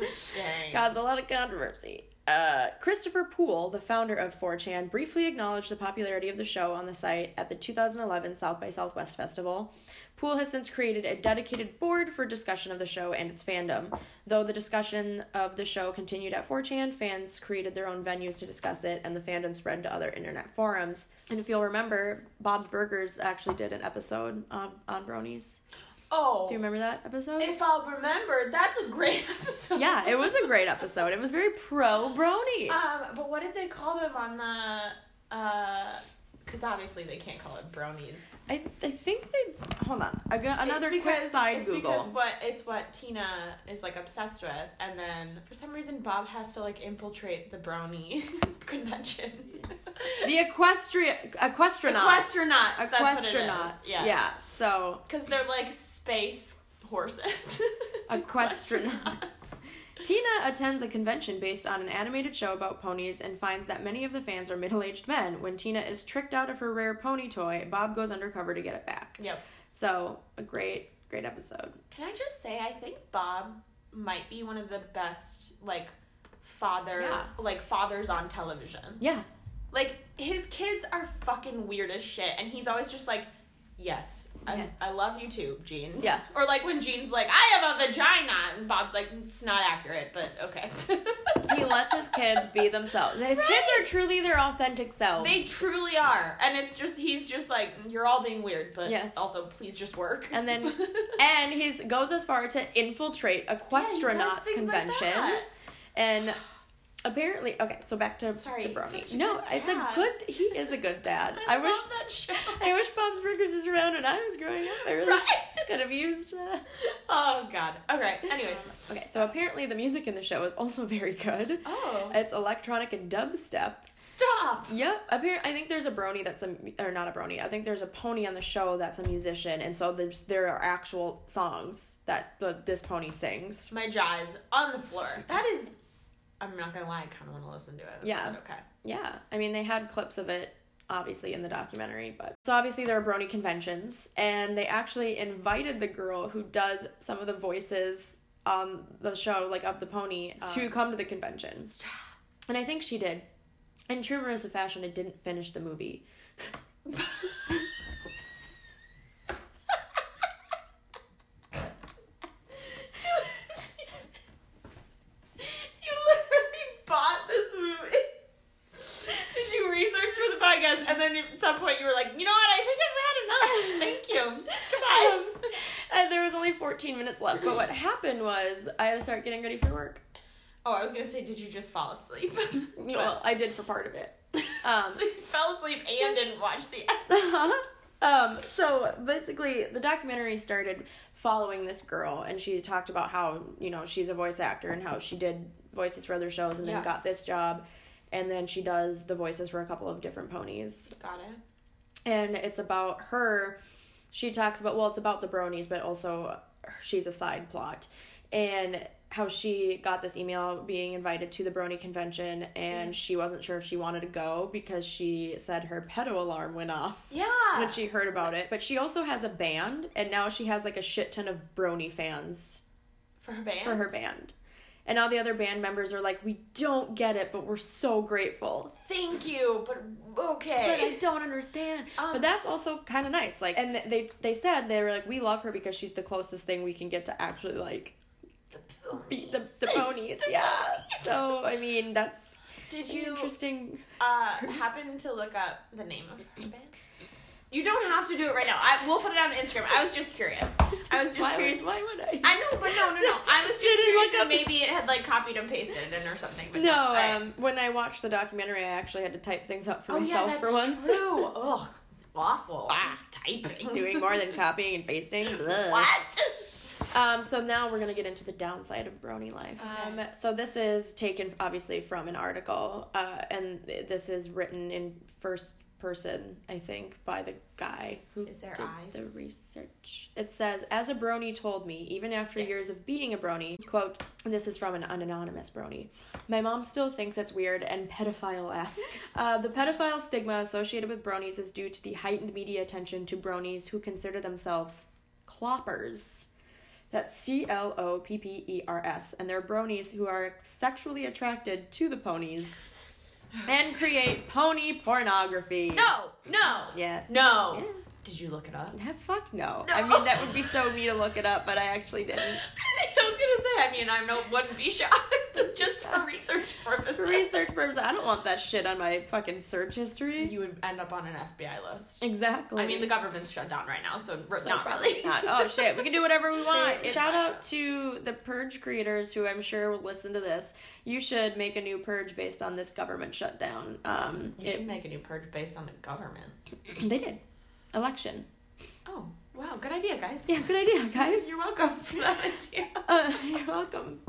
Speaker 4: Interesting.
Speaker 2: Caused a lot of controversy. Uh, Christopher Poole, the founder of 4chan, briefly acknowledged the popularity of the show on the site at the 2011 South by Southwest Festival. Poole has since created a dedicated board for discussion of the show and its fandom. Though the discussion of the show continued at 4chan, fans created their own venues to discuss it, and the fandom spread to other internet forums. And if you'll remember, Bob's Burgers actually did an episode on, on bronies.
Speaker 4: Oh,
Speaker 2: Do you remember that episode?
Speaker 4: if I'll remember, that's a great episode.
Speaker 2: yeah, it was a great episode. It was very pro brony.
Speaker 4: Um, but what did they call them on the? Uh, because obviously they can't call it bronies.
Speaker 2: I, I think they hold on. I got another
Speaker 4: It's because-
Speaker 2: quick side
Speaker 4: it's
Speaker 2: Google.
Speaker 4: because what it's what Tina is like obsessed with, and then for some reason Bob has to like infiltrate the brownie convention.
Speaker 2: the equestria equestronauts.
Speaker 4: Equestronauts. That's what it is.
Speaker 2: Equestronauts.
Speaker 4: Yeah.
Speaker 2: Yeah. So
Speaker 4: Because they're like space horses.
Speaker 2: Equestronauts. Tina attends a convention based on an animated show about ponies and finds that many of the fans are middle-aged men. When Tina is tricked out of her rare pony toy, Bob goes undercover to get it back.
Speaker 4: Yep.
Speaker 2: So a great, great episode.
Speaker 4: Can I just say I think Bob might be one of the best like father
Speaker 2: Yeah.
Speaker 4: like fathers on television.
Speaker 2: Yeah.
Speaker 4: Like his kids are fucking weird as shit, and he's always just like, "Yes, I,
Speaker 2: Yes.
Speaker 4: I love you too, Gene."
Speaker 2: Yes.
Speaker 4: Or like when Gene's like, "I have a vagina," and Bob's like, "It's not accurate, but okay."
Speaker 2: He lets his kids be themselves. His kids are truly their authentic selves.
Speaker 4: They truly are, and it's just he's just like, "You're all being weird, but
Speaker 2: Yes.
Speaker 4: also please just work."
Speaker 2: And then- and he goes as far to infiltrate a
Speaker 4: does
Speaker 2: Questronauts
Speaker 4: things like
Speaker 2: convention.
Speaker 4: that.
Speaker 2: and apparently, okay, so back to
Speaker 4: Sorry,
Speaker 2: to
Speaker 4: he's
Speaker 2: Brony.
Speaker 4: such a
Speaker 2: no,
Speaker 4: good
Speaker 2: it's
Speaker 4: dad.
Speaker 2: a good. He is a good dad.
Speaker 4: I,
Speaker 2: I, wish.
Speaker 4: love that show.
Speaker 2: I wish Bob's Burgers was around when I was growing up. I really could have used that.
Speaker 4: oh God. Okay. Anyways.
Speaker 2: Okay, so apparently the music in the show is also very good.
Speaker 4: Oh.
Speaker 2: It's electronic and dubstep.
Speaker 4: Stop.
Speaker 2: Yep. Apparently, I think there's a brony that's a or not a brony. I think there's a pony on the show that's a musician, and so there's there are actual songs that the this pony sings.
Speaker 4: My jaw is on the floor. That is. I'm not gonna lie. I kind of want to listen to it.
Speaker 2: Yeah.
Speaker 4: But okay.
Speaker 2: Yeah, I mean they had clips of it obviously in the documentary, but so obviously there are brony conventions, and they actually invited the girl who does some of the voices on the show, like of the pony, to come to the convention. And I think she did. In true Marissa fashion, it didn't finish the movie.
Speaker 4: You literally bought this movie. Did you research for the podcast? And then at some point you were like, you know what? I think I've had enough. Thank you. Goodbye.
Speaker 2: and there was only 14 minutes left. But what happened was I had to start getting ready for work.
Speaker 4: oh, I was gonna say, did you just fall asleep?
Speaker 2: Well, I did for part of it. Um,
Speaker 4: so you fell asleep
Speaker 2: Uh-huh.
Speaker 4: and didn't watch the.
Speaker 2: um, so basically, the documentary started following this girl and she talked about how, you know, she's a voice actor and how she did voices for other shows and
Speaker 4: Yeah.
Speaker 2: then got this job and then she does the voices for a couple of different ponies
Speaker 4: Got it.
Speaker 2: and it's about her. She talks about well, it's about the bronies, but also she's a side plot, and how she got this email being invited to the brony convention, and she wasn't sure if she wanted to go because she said her pedo alarm went off
Speaker 4: Yeah.
Speaker 2: when she heard about it. But she also has a band, and now she has like a shit ton of brony fans
Speaker 4: for her band.
Speaker 2: for her band. And all the other band members are like, we don't get it, but we're so grateful
Speaker 4: Thank you, but
Speaker 2: but I
Speaker 4: okay.
Speaker 2: don't understand.
Speaker 4: Um,
Speaker 2: but that's also kind of nice. Like, and they they said they were like, we love her because she's the closest thing we can get to actually like beat the the ponies. yeah. So I mean, that's
Speaker 4: Did
Speaker 2: an
Speaker 4: you
Speaker 2: interesting.
Speaker 4: uh, happen to look up the name of her band? You don't have to do it right now. I, we'll put it on Instagram. I was just curious. I was just
Speaker 2: why,
Speaker 4: curious.
Speaker 2: Would, why would I?
Speaker 4: I know, but no, no, no. I was just
Speaker 2: Did it
Speaker 4: curious
Speaker 2: look
Speaker 4: if
Speaker 2: up-
Speaker 4: maybe it had like copied and pasted in or something. But
Speaker 2: no,
Speaker 4: all right.
Speaker 2: um, when I watched the documentary, I actually had to type things up for
Speaker 4: oh yeah,
Speaker 2: myself
Speaker 4: that's
Speaker 2: for once.
Speaker 4: true. Ugh, awful. Ah, typing.
Speaker 2: Doing more than copying and pasting. Ugh.
Speaker 4: what?
Speaker 2: Um, so now we're gonna get into the downside of brony life. Um, so this is taken obviously from an article, uh, and th- this is written in first person, I think, by the guy who
Speaker 4: Is there
Speaker 2: did
Speaker 4: eyes?
Speaker 2: the research. It says, as a brony told me, even after
Speaker 4: Yes.
Speaker 2: years of being a brony, quote, this is from an, an anonymous brony. My mom still thinks it's weird and pedophile esque. Uh, the pedophile stigma associated with bronies is due to the heightened media attention to bronies who consider themselves cloppers. That's C L O P P E R S. And they're bronies who are sexually attracted to the ponies and create pony pornography.
Speaker 4: No, no,
Speaker 2: Yes.
Speaker 4: no.
Speaker 2: Yes.
Speaker 4: Did you look it up?
Speaker 2: Ah, fuck no. I mean, that would be so me to look it up, but I actually didn't.
Speaker 4: I was gonna say. I mean, I no wouldn't be shocked just for research
Speaker 2: For
Speaker 4: purposes.
Speaker 2: research purposes, I don't want that shit on my fucking search history.
Speaker 4: You would end up on an FBI list.
Speaker 2: exactly.
Speaker 4: I mean, the government's shut down right now, so r-
Speaker 2: So
Speaker 4: not
Speaker 2: probably
Speaker 4: really.
Speaker 2: not. Oh shit, we can do whatever we want.
Speaker 4: It's-
Speaker 2: Shout out to the purge creators who I'm sure will listen to this. You should make a new purge based on this government shutdown. Um,
Speaker 4: You
Speaker 2: it-
Speaker 4: should make a new purge based on the government.
Speaker 2: They did. Election.
Speaker 4: Oh, wow, good idea, guys.
Speaker 2: Yeah, good idea, guys.
Speaker 4: You're welcome for that idea.
Speaker 2: Uh, you're welcome.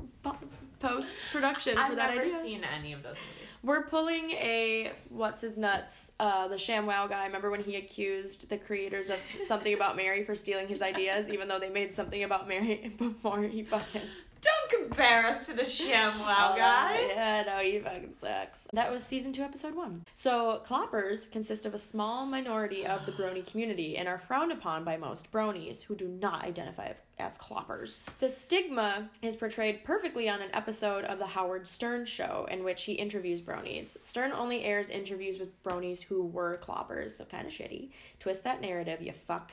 Speaker 2: Post production for
Speaker 4: I've
Speaker 2: that
Speaker 4: never
Speaker 2: idea.
Speaker 4: seen any of those movies.
Speaker 2: We're pulling a what's his nuts, uh, the ShamWow guy. Remember when he accused the creators of something about Mary for stealing his ideas, even though they made something about Mary before he fucking.
Speaker 4: Don't compare us to the ShamWow
Speaker 2: Oh,
Speaker 4: guy.
Speaker 2: Yeah, no, he fucking sucks. That was season two, episode one. So, cloppers consist of a small minority of the brony community and are frowned upon by most bronies who do not identify as cloppers. The stigma is portrayed perfectly on an episode of The Howard Stern Show in which he interviews bronies. Stern only airs interviews with bronies who were cloppers, so kind of shitty. Twist that narrative, you fuck.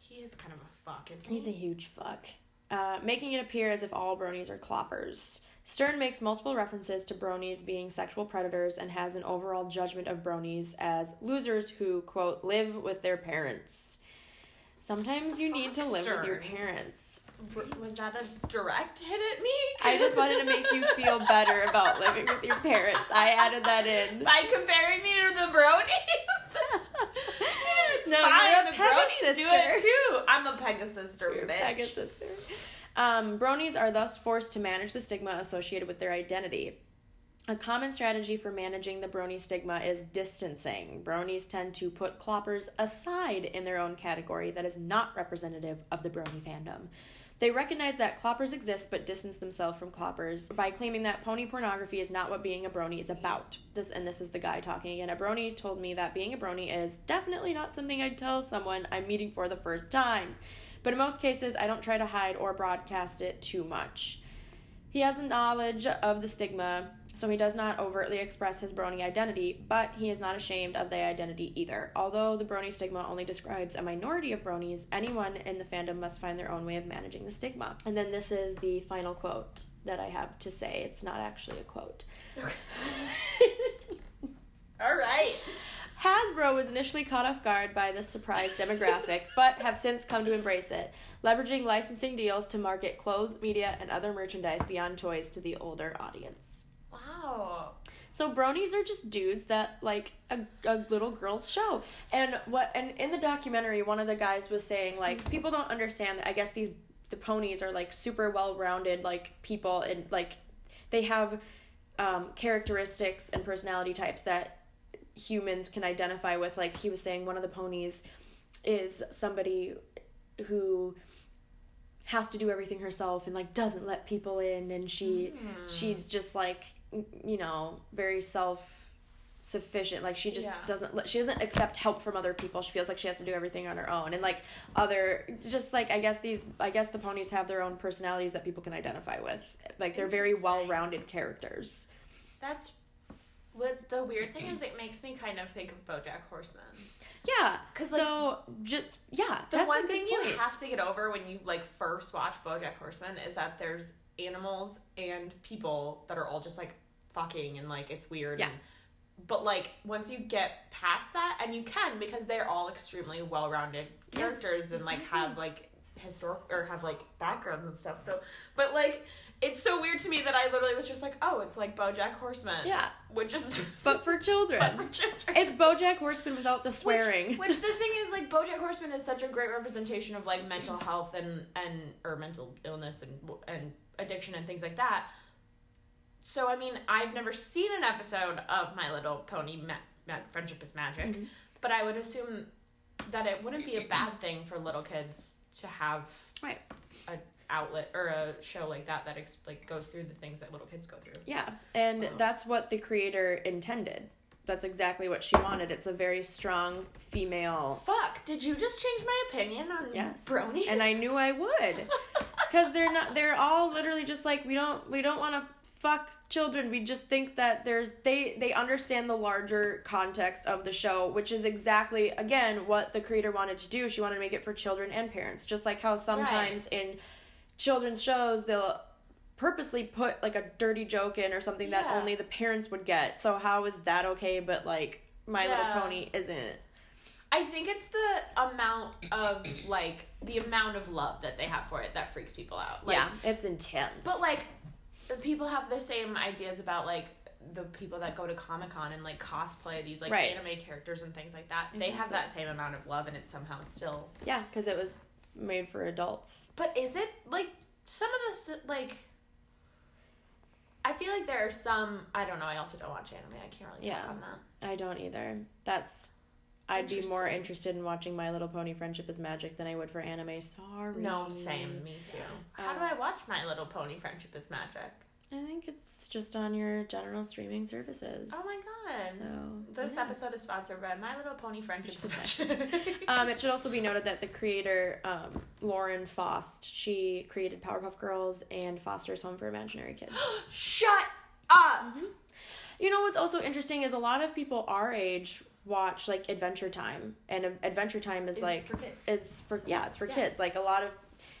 Speaker 4: He is kind of a fuck, isn't
Speaker 2: He's a
Speaker 4: he?
Speaker 2: huge fuck. Uh, making it appear as if all bronies are cloppers. Stern makes multiple references to bronies being sexual predators and has an overall judgment of bronies as losers who, quote, live with their parents. Sometimes you need to live with your
Speaker 4: Stern.
Speaker 2: parents.
Speaker 4: W- Was that a direct hit at me?
Speaker 2: I just wanted to make you feel better about living with your parents. I added that in.
Speaker 4: By comparing me to the bronies? it's
Speaker 2: No,
Speaker 4: fine.
Speaker 2: you're a
Speaker 4: the bronies do
Speaker 2: Pegasister.
Speaker 4: it too. I'm a Pegasister,
Speaker 2: Your
Speaker 4: bitch.
Speaker 2: Becca sister. Um, bronies are thus forced to manage the stigma associated with their identity. A common strategy for managing the brony stigma is distancing. Bronies tend to put cloppers aside in their own category that is not representative of the brony fandom. They recognize that cloppers exist but distance themselves from cloppers by claiming that pony pornography is not what being a brony is about. This and this is the guy talking again. A brony told me that being a brony is definitely not something I'd tell someone I'm meeting for the first time. But in most cases, I don't try to hide or broadcast it too much. He has a knowledge of the stigma, so he does not overtly express his brony identity, but he is not ashamed of the identity either. Although the brony stigma only describes a minority of bronies, anyone in the fandom must find their own way of managing the stigma. And then this is the final quote that I have to say. It's not actually a quote.
Speaker 4: All right.
Speaker 2: Hasbro was initially caught off guard by this surprise demographic, but have since come to embrace it, leveraging licensing deals to market clothes, media, and other merchandise beyond toys to the older audience.
Speaker 4: Wow.
Speaker 2: So bronies are just dudes that like a, a little girl's show. And what and in the documentary, one of the guys was saying like people don't understand that I guess these the ponies are like super well rounded like people and like they have um, characteristics and personality types that humans can identify with. Like he was saying, one of the ponies is somebody who has to do everything herself and like doesn't let people in, and
Speaker 4: Hmm. Mm-hmm.
Speaker 2: she she's
Speaker 4: Mm.
Speaker 2: just like you know very self sufficient like she just
Speaker 4: Yeah.
Speaker 2: doesn't let she doesn't accept help from other people she feels like she has to do everything on her own and like other just like i guess these i guess the ponies have their own personalities that people can identify with like they're very
Speaker 4: Interesting.
Speaker 2: well-rounded characters
Speaker 4: That's what the weird thing is. It makes me kind of think of BoJack Horseman.
Speaker 2: Yeah,
Speaker 4: 'Cause, like,
Speaker 2: so just yeah,
Speaker 4: The
Speaker 2: that's
Speaker 4: one
Speaker 2: a good
Speaker 4: thing
Speaker 2: point.
Speaker 4: you have to get over when you like first watch BoJack Horseman is that there's animals and people that are all just like fucking and like it's weird.
Speaker 2: Yeah.
Speaker 4: And, but like once you get past that, and you can because they're all extremely well-rounded characters and like have like historic or have like backgrounds and stuff. So, but like it's so weird to me that I literally was just like, oh, it's like BoJack Horseman.
Speaker 2: yeah,
Speaker 4: which is
Speaker 2: but for children,
Speaker 4: but for children.
Speaker 2: it's BoJack Horseman without the swearing.
Speaker 4: Which, which the thing is, like BoJack Horseman is such a great representation of like mental health and and or mental illness and and addiction and things like that. So I mean, I've never seen an episode of My Little Pony: Ma- Ma- Friendship is Magic,
Speaker 2: Mm-hmm.
Speaker 4: but I would assume that it wouldn't be a bad thing for little kids to have
Speaker 2: Right.
Speaker 4: a outlet or a show like that that ex- like goes through the things that little kids go through.
Speaker 2: yeah, and
Speaker 4: Wow.
Speaker 2: that's what the creator intended. That's exactly what she wanted. It's a very strong female.
Speaker 4: Fuck! Did you just change my opinion on
Speaker 2: Yes.
Speaker 4: bronies?
Speaker 2: And I knew I would, because they're not. They're all literally just like we don't. We don't want to fuck children. We just think that there's they they understand the larger context of the show, which is exactly again what the creator wanted to do. She wanted to make it for children and parents, just like how sometimes in children's shows they'll purposely put like a dirty joke in or something that
Speaker 4: Yeah.
Speaker 2: only the parents would get. So how is that okay? But like My
Speaker 4: Yeah.
Speaker 2: Little Pony isn't.
Speaker 4: I think it's the amount of like the amount of love that they have for it that freaks people out. Like,
Speaker 2: yeah, it's intense.
Speaker 4: But like the people have the same ideas about like the people that go to Comic Con and like cosplay these like
Speaker 2: Right.
Speaker 4: anime characters and things like that. They have that same amount of love and it's somehow still
Speaker 2: yeah, because it was made for adults.
Speaker 4: But is it like some of this like? I feel like there are some. I don't know. I also don't watch anime. I can't really talk
Speaker 2: Yeah.
Speaker 4: on that.
Speaker 2: I don't either. That's I'd be more interested in watching My Little Pony Friendship is Magic than I would for anime. Sorry.
Speaker 4: No, same. Me too. How do
Speaker 2: Uh,
Speaker 4: I watch My Little Pony: Friendship is Magic?
Speaker 2: I think it's just on your general streaming services.
Speaker 4: Oh my god.
Speaker 2: So
Speaker 4: This
Speaker 2: yeah.
Speaker 4: episode is sponsored by My Little Pony Friendship
Speaker 2: Friendship Um,
Speaker 4: um,
Speaker 2: it should also be noted that the creator, um, Lauren Fost, she created Powerpuff Girls and Foster's Home for Imaginary Kids.
Speaker 4: Uh, Shut up!
Speaker 2: You know what's also interesting is a lot of people our age watch like Adventure Time, and uh, Adventure Time is
Speaker 4: It's
Speaker 2: like
Speaker 4: for kids.
Speaker 2: it's for yeah, it's for
Speaker 4: Yeah.
Speaker 2: kids. Like a lot of,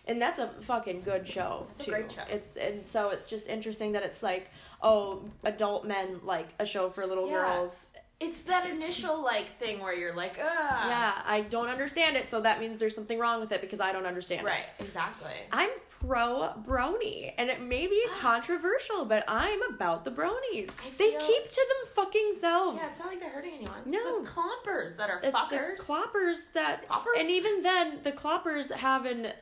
Speaker 2: and that's a fucking good show
Speaker 4: That's a
Speaker 2: too.
Speaker 4: great show.
Speaker 2: It's and so it's just interesting that it's like oh, adult men like a show for little
Speaker 4: Yeah.
Speaker 2: girls.
Speaker 4: It's that initial like thing where you're like, ah,
Speaker 2: Yeah, I don't understand it, so that means there's something wrong with it because I don't understand. it.
Speaker 4: right, exactly.
Speaker 2: I'm pro brony, and it may be controversial, but I'm about the bronies.
Speaker 4: I
Speaker 2: They
Speaker 4: feel-
Speaker 2: keep to them fucking selves.
Speaker 4: Yeah, it's not like they're hurting anyone.
Speaker 2: No.
Speaker 4: it's the clompers that are
Speaker 2: It's
Speaker 4: fuckers.
Speaker 2: the cloppers that
Speaker 4: Cloppers?
Speaker 2: and even then the cloppers have an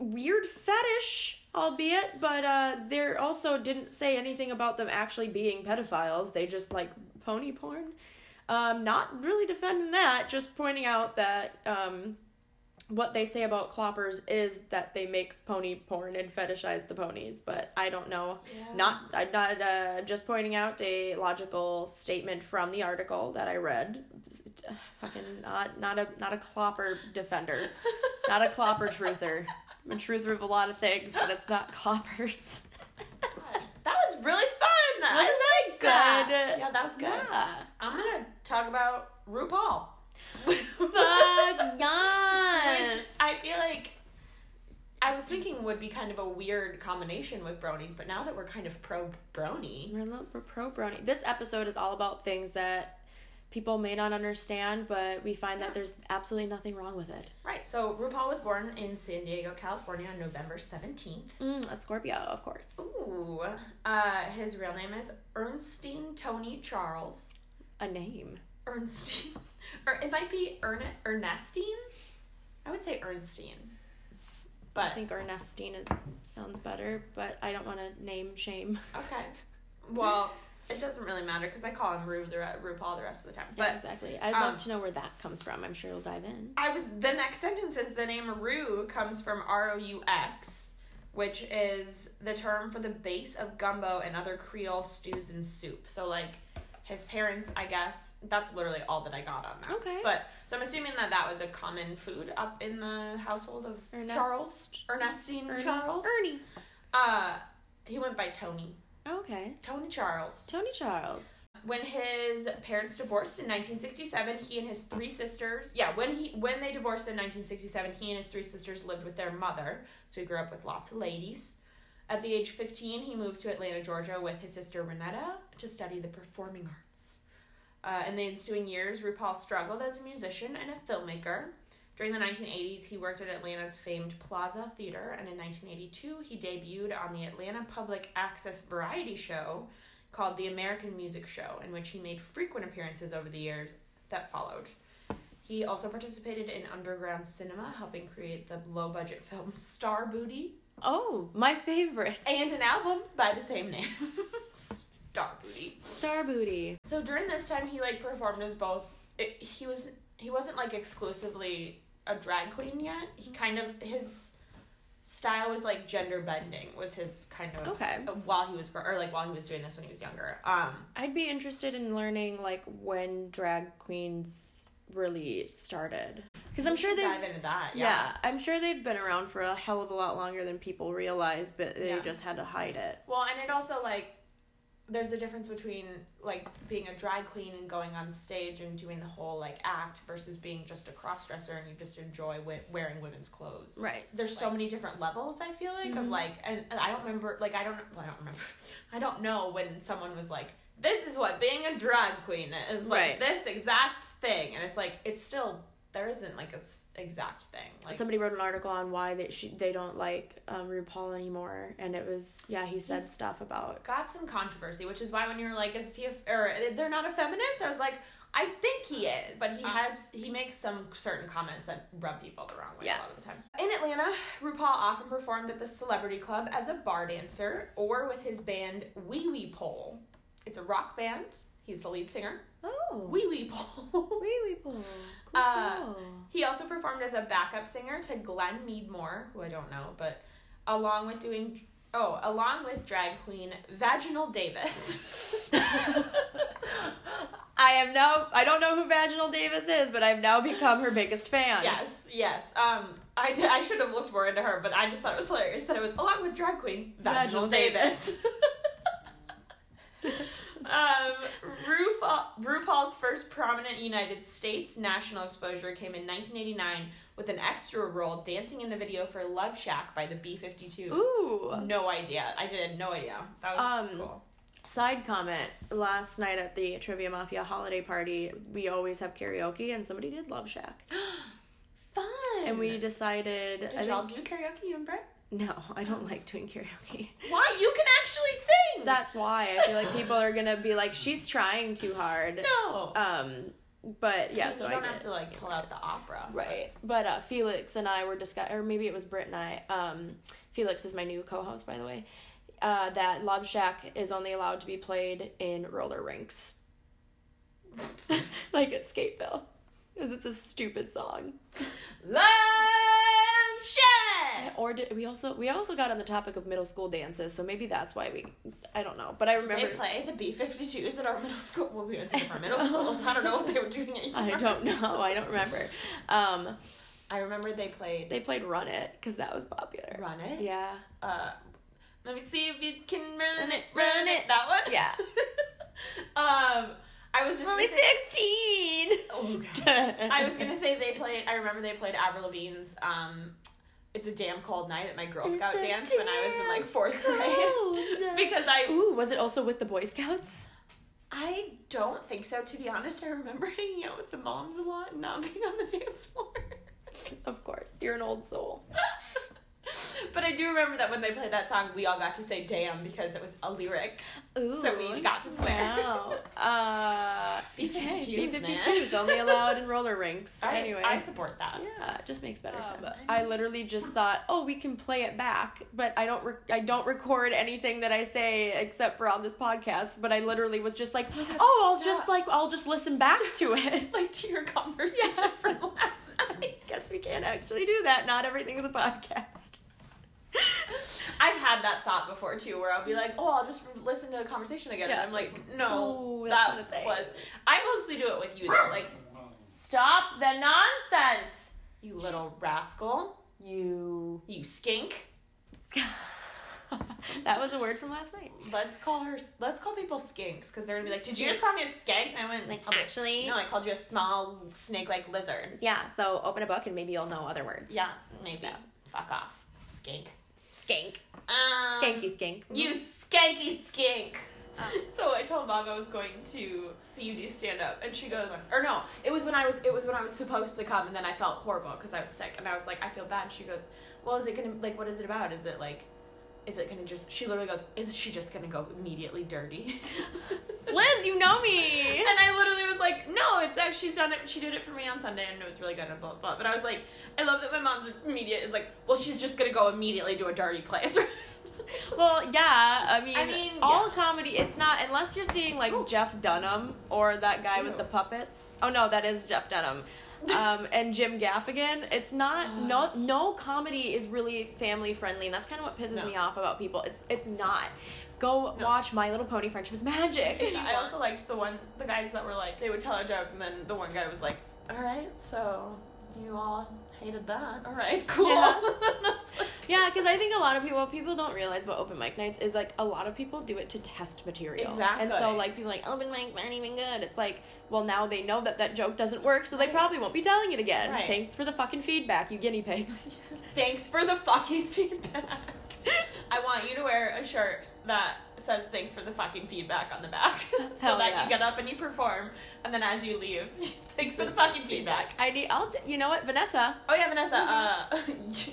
Speaker 2: weird fetish albeit but uh they also didn't say anything about them actually being pedophiles they just like pony porn um not really defending that just pointing out that um what they say about cloppers is that they make pony porn and fetishize the ponies but i don't know not i'm not uh, just pointing out a logical statement from the article that i read fucking not not a not a clopper defender not a clopper truther i'm a truther of a lot of things but it's not cloppers
Speaker 4: That was really fun. I
Speaker 2: Wasn't that
Speaker 4: liked
Speaker 2: good?
Speaker 4: that. Yeah, that was good.
Speaker 2: Yeah.
Speaker 4: I'm gonna talk about RuPaul.
Speaker 2: Fuck yes.
Speaker 4: Which I feel like I was thinking would be kind of a weird combination with bronies, but now that we're kind of pro brony,
Speaker 2: We're, a little- we're pro brony. This episode is all about things that people may not understand, but we find that there's absolutely nothing wrong with it.
Speaker 4: right? So RuPaul was born in San Diego, California, on November seventeenth.
Speaker 2: Mm, a Scorpio, of course.
Speaker 4: Ooh, uh, his real name is Ernstine Tony Charles.
Speaker 2: A name.
Speaker 4: Ernstine, Er, or it might be Ern- Ernestine. I would say Ernstine.
Speaker 2: I
Speaker 4: But
Speaker 2: think Ernestine is sounds better, but I don't want to name shame.
Speaker 4: okay. Well, it doesn't really matter because I call him Ru the re- RuPaul the rest of the time.
Speaker 2: Yeah,
Speaker 4: But
Speaker 2: exactly. I'd
Speaker 4: um,
Speaker 2: love to know where that comes from. I'm sure you'll dive in.
Speaker 4: I was the next sentence is the name roux comes from R O U X, which is the term for the base of gumbo and other Creole stews and soup. So like his parents, I guess that's literally all that I got on that.
Speaker 2: Okay.
Speaker 4: But so I'm assuming that that was a common food up in the household of
Speaker 2: Ernest-
Speaker 4: Charles, Ernestine
Speaker 2: Ernie-
Speaker 4: Charles.
Speaker 2: Ernie.
Speaker 4: Uh, he went by Tony.
Speaker 2: Okay.
Speaker 4: Tony Charles.
Speaker 2: Tony Charles.
Speaker 4: When his parents divorced in 1967, he and his three sisters, yeah, when he when they divorced in 1967, he and his three sisters lived with their mother. So he grew up with lots of ladies. At the age 15, he moved to Atlanta, Georgia with his sister Renetta to study the performing arts. Uh, in the ensuing years, RuPaul struggled as a musician and a filmmaker. During the 1980s, he worked at Atlanta's famed Plaza Theater, and in 1982, he debuted on the Atlanta Public Access variety show called The American Music Show, in which he made frequent appearances over the years that followed. He also participated in underground cinema, helping create the low budget film Star Booty
Speaker 2: Oh, my favorite.
Speaker 4: and an album by the same name Star Booty.
Speaker 2: Star Booty.
Speaker 4: So during this time, he like performed as both. It, he was he wasn't like exclusively a drag queen yet. He kind of his style was like gender bending was his kind of
Speaker 2: Okay.
Speaker 4: while he was gr- or like while he was doing this when he was younger. Um,
Speaker 2: I'd be interested in learning like when drag queens really started, because I'm sure
Speaker 4: should
Speaker 2: they've
Speaker 4: dive into that.
Speaker 2: yeah. I'm sure they've been around for a hell of a lot longer than people realize, but they
Speaker 4: Yeah.
Speaker 2: just had to hide it.
Speaker 4: Well, and it also like there's a difference between like being a drag queen and going on stage and doing the whole like act versus being just a cross dresser and you just enjoy we- wearing women's clothes.
Speaker 2: Right. Mm-hmm.
Speaker 4: There's so many different levels I feel like of like and and I don't remember like I don't well, I don't remember. I don't know when someone was like this is what being a drag queen is like
Speaker 2: Right.
Speaker 4: this exact thing and it's like it's still there isn't like a s- exact thing. Like
Speaker 2: Somebody wrote an article on why they she, they don't like um, RuPaul anymore, and it was yeah he said stuff about
Speaker 4: got some controversy, which is why when you were like, "Is he a f or uh, they're not a feminist?" I was like, "I think he is," but he has he makes some certain comments that rub people the wrong way a lot
Speaker 2: Yes.
Speaker 4: of the time. In Atlanta, RuPaul often performed at the Celebrity Club as a bar dancer or with his band Wee Wee Pole. It's a rock band. He's the lead singer.
Speaker 2: oh
Speaker 4: Wee Wee Pole.
Speaker 2: wee wee pole. Cool,
Speaker 4: Uh,
Speaker 2: cool.
Speaker 4: He also performed as a backup singer to Glenn Meadmore, who I don't know, but along with doing oh, along with drag queen Vaginal Davis.
Speaker 2: I am now I don't know who Vaginal Davis is, but I've now become her biggest fan.
Speaker 4: yes, yes. Um, I, d- I should have looked more into her, but I just thought it was hilarious that it was along with drag queen Vaginal,
Speaker 2: Vaginal
Speaker 4: Davis. um, RuPaul, RuPaul's first prominent United States national exposure came in 1989 with an extra role dancing in the video for Love Shack by the B-52s.
Speaker 2: Ooh.
Speaker 4: No idea. I did no idea. That was
Speaker 2: Um,
Speaker 4: cool.
Speaker 2: Side comment. Last night at the Trivia Mafia holiday party, we always have karaoke and somebody did Love Shack.
Speaker 4: Fun.
Speaker 2: And we decided I
Speaker 4: did y'all
Speaker 2: think-
Speaker 4: do karaoke, you and Brett?
Speaker 2: No, I don't like doing karaoke.
Speaker 4: Why? You can actually sing.
Speaker 2: That's why I feel like people are gonna be like, She's trying too hard.
Speaker 4: no.
Speaker 2: Um but yeah,
Speaker 4: you
Speaker 2: so I
Speaker 4: don't
Speaker 2: did.
Speaker 4: have to like pull out the opera.
Speaker 2: Right. But uh, Felix and I were discussing, or maybe it was Britt and I. Um, Felix is my new co host, by the way. Uh, that Love Shack is only allowed to be played in roller rinks. like at Skateville. Because it's a stupid song.
Speaker 4: Love Shack.
Speaker 2: Or did, we also we also got on the topic of middle school dances, so maybe that's why we I don't know, but I remember
Speaker 4: They play the B-52s at our middle school. Well, we went to different middle schools. I don't know what they were doing at
Speaker 2: I
Speaker 4: yours.
Speaker 2: don't know, I don't remember. Um,
Speaker 4: I remember they played
Speaker 2: they played Run It because that was popular.
Speaker 4: Run It.
Speaker 2: Yeah,
Speaker 4: Uh, let me see if you can run it, run it. That one.
Speaker 2: yeah.
Speaker 4: um, I was just
Speaker 2: Only
Speaker 4: gonna say-
Speaker 2: sixteen.
Speaker 4: Oh, God. I was gonna say they played. I remember they played Avril Lavigne's. Um, it's a damn cold night at my Girl
Speaker 2: It's
Speaker 4: Scout
Speaker 2: a
Speaker 4: dance when I was in like
Speaker 2: damn
Speaker 4: fourth grade.
Speaker 2: cold
Speaker 4: because I
Speaker 2: Ooh, was it also with the Boy Scouts?
Speaker 4: I don't think so. To be honest, I remember hanging out with the moms a lot and not being on the dance floor.
Speaker 2: Of course, you're an old soul.
Speaker 4: But I do remember that when they played that song, we all got to say damn because it was a lyric.
Speaker 2: Ooh.
Speaker 4: So we got to swear.
Speaker 2: Wow. Uh,
Speaker 4: B-52s,
Speaker 2: B fifty
Speaker 4: man.
Speaker 2: two's only allowed in roller rinks.
Speaker 4: I,
Speaker 2: anyway.
Speaker 4: I support that. Oh,
Speaker 2: yeah, it just makes better
Speaker 1: Um,
Speaker 2: sense. I literally just thought, oh, we can play it back, but I don't. Rec- I don't record anything that I say except for on this podcast. But I literally was just like, oh, I'll just
Speaker 4: stop.
Speaker 2: like, I'll just listen back to it.
Speaker 4: Like to your conversation from last
Speaker 2: I
Speaker 4: night.
Speaker 2: guess we can't actually do that. Not everything's a podcast.
Speaker 4: I've had that thought before too, where I'll be like, "Oh, I'll just listen to the conversation again."
Speaker 2: Yeah.
Speaker 4: And I'm like, "No,
Speaker 2: Ooh, that's
Speaker 4: that
Speaker 2: not a thing.
Speaker 4: was." I mostly do it with you. Though. Like, stop the nonsense, you little rascal,
Speaker 2: You.
Speaker 4: you skink.
Speaker 2: that was a word from last night.
Speaker 4: Let's call her. Let's call people skinks because they're gonna be like, "Did you just call me a skank?" And I went,
Speaker 2: Like,
Speaker 4: "Oh, wait.
Speaker 2: actually-
Speaker 4: no, I called you a small snake-like lizard."
Speaker 2: Yeah, so open a book and maybe you'll know other words.
Speaker 4: Yeah, maybe. Fuck off, skink.
Speaker 2: Skank.
Speaker 4: Um,
Speaker 2: Skanky skink.
Speaker 4: You skanky skink.
Speaker 2: Oh.
Speaker 4: So I told mom I was going to see you do stand up, and she goes, or no, it was when I was, it was when I was supposed to come, and then I felt horrible because I was sick, and I was like, I feel bad. And she goes, well, is it gonna like, what is it about? Is it like, is it gonna just? She literally goes, is she just gonna go immediately dirty?
Speaker 2: Liz, you know me.
Speaker 4: And I literally was like, no, it's that she's done it. She did it for me on Sunday, and it was really good, and blah blah. blah. But I was like, I love that my mom's immediate is like, well, she's just gonna go immediately to a dirty place.
Speaker 2: Well, yeah. I mean,
Speaker 4: I mean,
Speaker 2: all
Speaker 4: yeah.
Speaker 2: comedy. It's not unless you're seeing like Jeff Dunham or that guy with
Speaker 4: Ew.
Speaker 2: the puppets. Oh no, that is Jeff Dunham. Um, and Jim Gaffigan. It's
Speaker 4: Uh.
Speaker 2: not no no comedy is really family friendly, and that's kind of what pisses
Speaker 4: No.
Speaker 2: me off about people. It's it's not. Go
Speaker 4: No.
Speaker 2: watch My Little Pony: Friendship is Magic.
Speaker 4: And I also liked the one the guys that were like they would tell a joke and then the one guy was like, "All right, so you all hated that. All right, cool."
Speaker 2: Yeah.
Speaker 4: And I was like,
Speaker 2: Yeah, because I think a lot of people people don't realize about open mic nights is like a lot of people do it to test material. And so
Speaker 4: Exactly.
Speaker 2: like people are like open mics aren't even good. It's like well now they know that that joke doesn't work, so they probably won't be telling it again.
Speaker 4: Right.
Speaker 2: Thanks for the fucking feedback, you guinea pigs.
Speaker 4: Thanks for the fucking feedback. I want you to wear a shirt that says "Thanks for the fucking feedback" on the back, so
Speaker 2: Hell
Speaker 4: that
Speaker 2: yeah.
Speaker 4: you get up and you perform, and then as you leave, thanks for the fucking feedback.
Speaker 2: I need. I'll. T- you know what, Vanessa?
Speaker 4: Oh yeah, Vanessa, uh,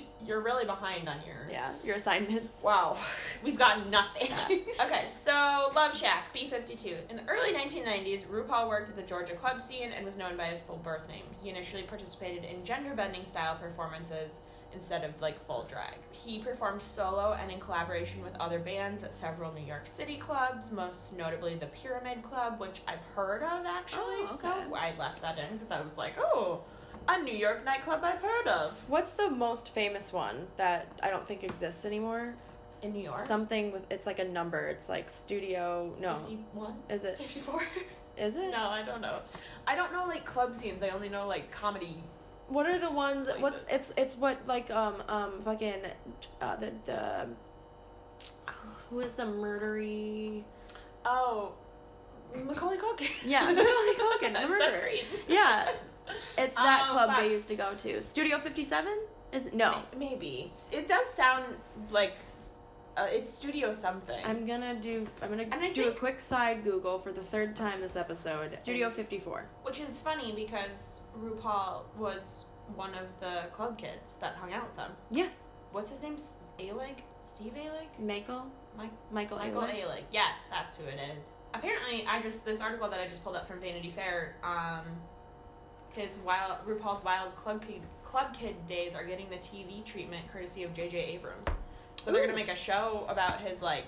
Speaker 4: you're really behind on your
Speaker 2: Yeah, your assignments.
Speaker 4: Wow, we've gotten nothing. okay, so Love Shack, B52s. In the early 1990s, RuPaul worked at the Georgia club scene and was known by his full birth name. He initially participated in gender bending style performances instead of like full drag. He performed solo and in collaboration with other bands at several New York City clubs, most notably the Pyramid Club, which I've heard of actually.
Speaker 2: Oh, okay.
Speaker 4: So I left that in because I was like, oh, a New York nightclub I've heard of
Speaker 2: What's the most famous one that I don't think exists anymore?
Speaker 4: in New York.
Speaker 2: Something with it's like a number. It's like studio. No,
Speaker 4: 51,
Speaker 2: is it?
Speaker 4: 54.
Speaker 2: Is it?
Speaker 4: No, I don't know. I don't know like club scenes. I only know like comedy.
Speaker 2: What are the ones? What's
Speaker 4: Places.
Speaker 2: it's it's what like um um fucking uh, the the who is the murdery?
Speaker 4: Oh, Macaulay Culkin.
Speaker 2: Yeah, Macaulay Culkin, the
Speaker 4: That's
Speaker 2: murderer.
Speaker 4: great.
Speaker 2: Yeah, it's that
Speaker 4: Oh,
Speaker 2: club
Speaker 4: fuck.
Speaker 2: they used to go to. Studio Fifty Seven is no.
Speaker 4: Maybe it does sound like s- uh, it's studio something.
Speaker 2: I'm gonna do. I'm gonna
Speaker 4: And I
Speaker 2: do a
Speaker 4: think-
Speaker 2: quick side Google for the third time this episode. Studio
Speaker 4: And-
Speaker 2: Fifty Four.
Speaker 4: Which is funny because RuPaul was one of the club kids that hung out with them.
Speaker 2: Yeah,
Speaker 4: What's his name? S- Alec? Steve Alec?
Speaker 2: Michael.
Speaker 4: Mi-
Speaker 2: Michael.
Speaker 4: Michael
Speaker 2: Ehrlich.
Speaker 4: Alec. Yes, that's who it is. Apparently, I just this article that I just pulled up from Vanity Fair. Um, his wild RuPaul's Wild Club Kid, Club Kid days are getting the TV treatment courtesy of J.J. Abrams. So they're gonna
Speaker 2: Ooh.
Speaker 4: make a show about his like.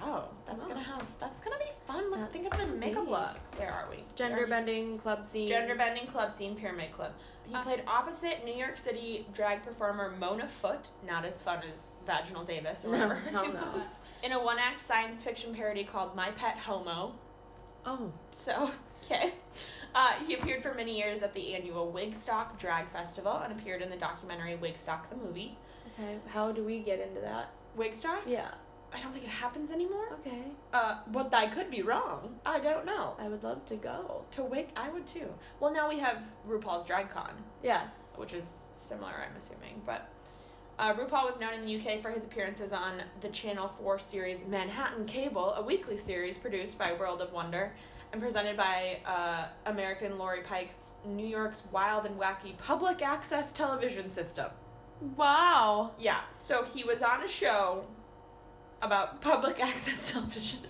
Speaker 4: Wow, that's
Speaker 2: Wow.
Speaker 4: gonna have that's gonna be fun. Look,
Speaker 2: That's
Speaker 4: think of the makeup
Speaker 2: neat.
Speaker 4: looks. There are we?
Speaker 2: Gender bending club scene.
Speaker 4: Gender bending club scene, pyramid club. He played opposite New York City drag performer Mona Foote, not as fun as Vaginal Davis or
Speaker 2: No,
Speaker 4: whatever.
Speaker 2: hell
Speaker 4: it
Speaker 2: no.
Speaker 4: was, In a one act science fiction parody called My Pet Homo.
Speaker 2: Oh,
Speaker 4: So, okay. Uh, he appeared for many years at the annual Wigstock Drag Festival and appeared in the documentary Wigstock the Movie.
Speaker 2: okay. How do we get into that?
Speaker 4: Wigstock?
Speaker 2: Yeah.
Speaker 4: I don't think it happens anymore.
Speaker 2: Okay.
Speaker 4: Uh, but I could be wrong. I don't know.
Speaker 2: I would love to go.
Speaker 4: To Wig, I would too. Well, now we have RuPaul's Drag Con.
Speaker 2: Yes.
Speaker 4: which is similar, I'm assuming. But uh, RuPaul was known in the UK for his appearances on the Channel 4 series Manhattan Cable, a weekly series produced by World of Wonder and presented by uh, American Lori Pike's New York's Wild and Wacky Public Access Television System.
Speaker 2: Wow.
Speaker 4: Yeah, so he was on a show about public access television.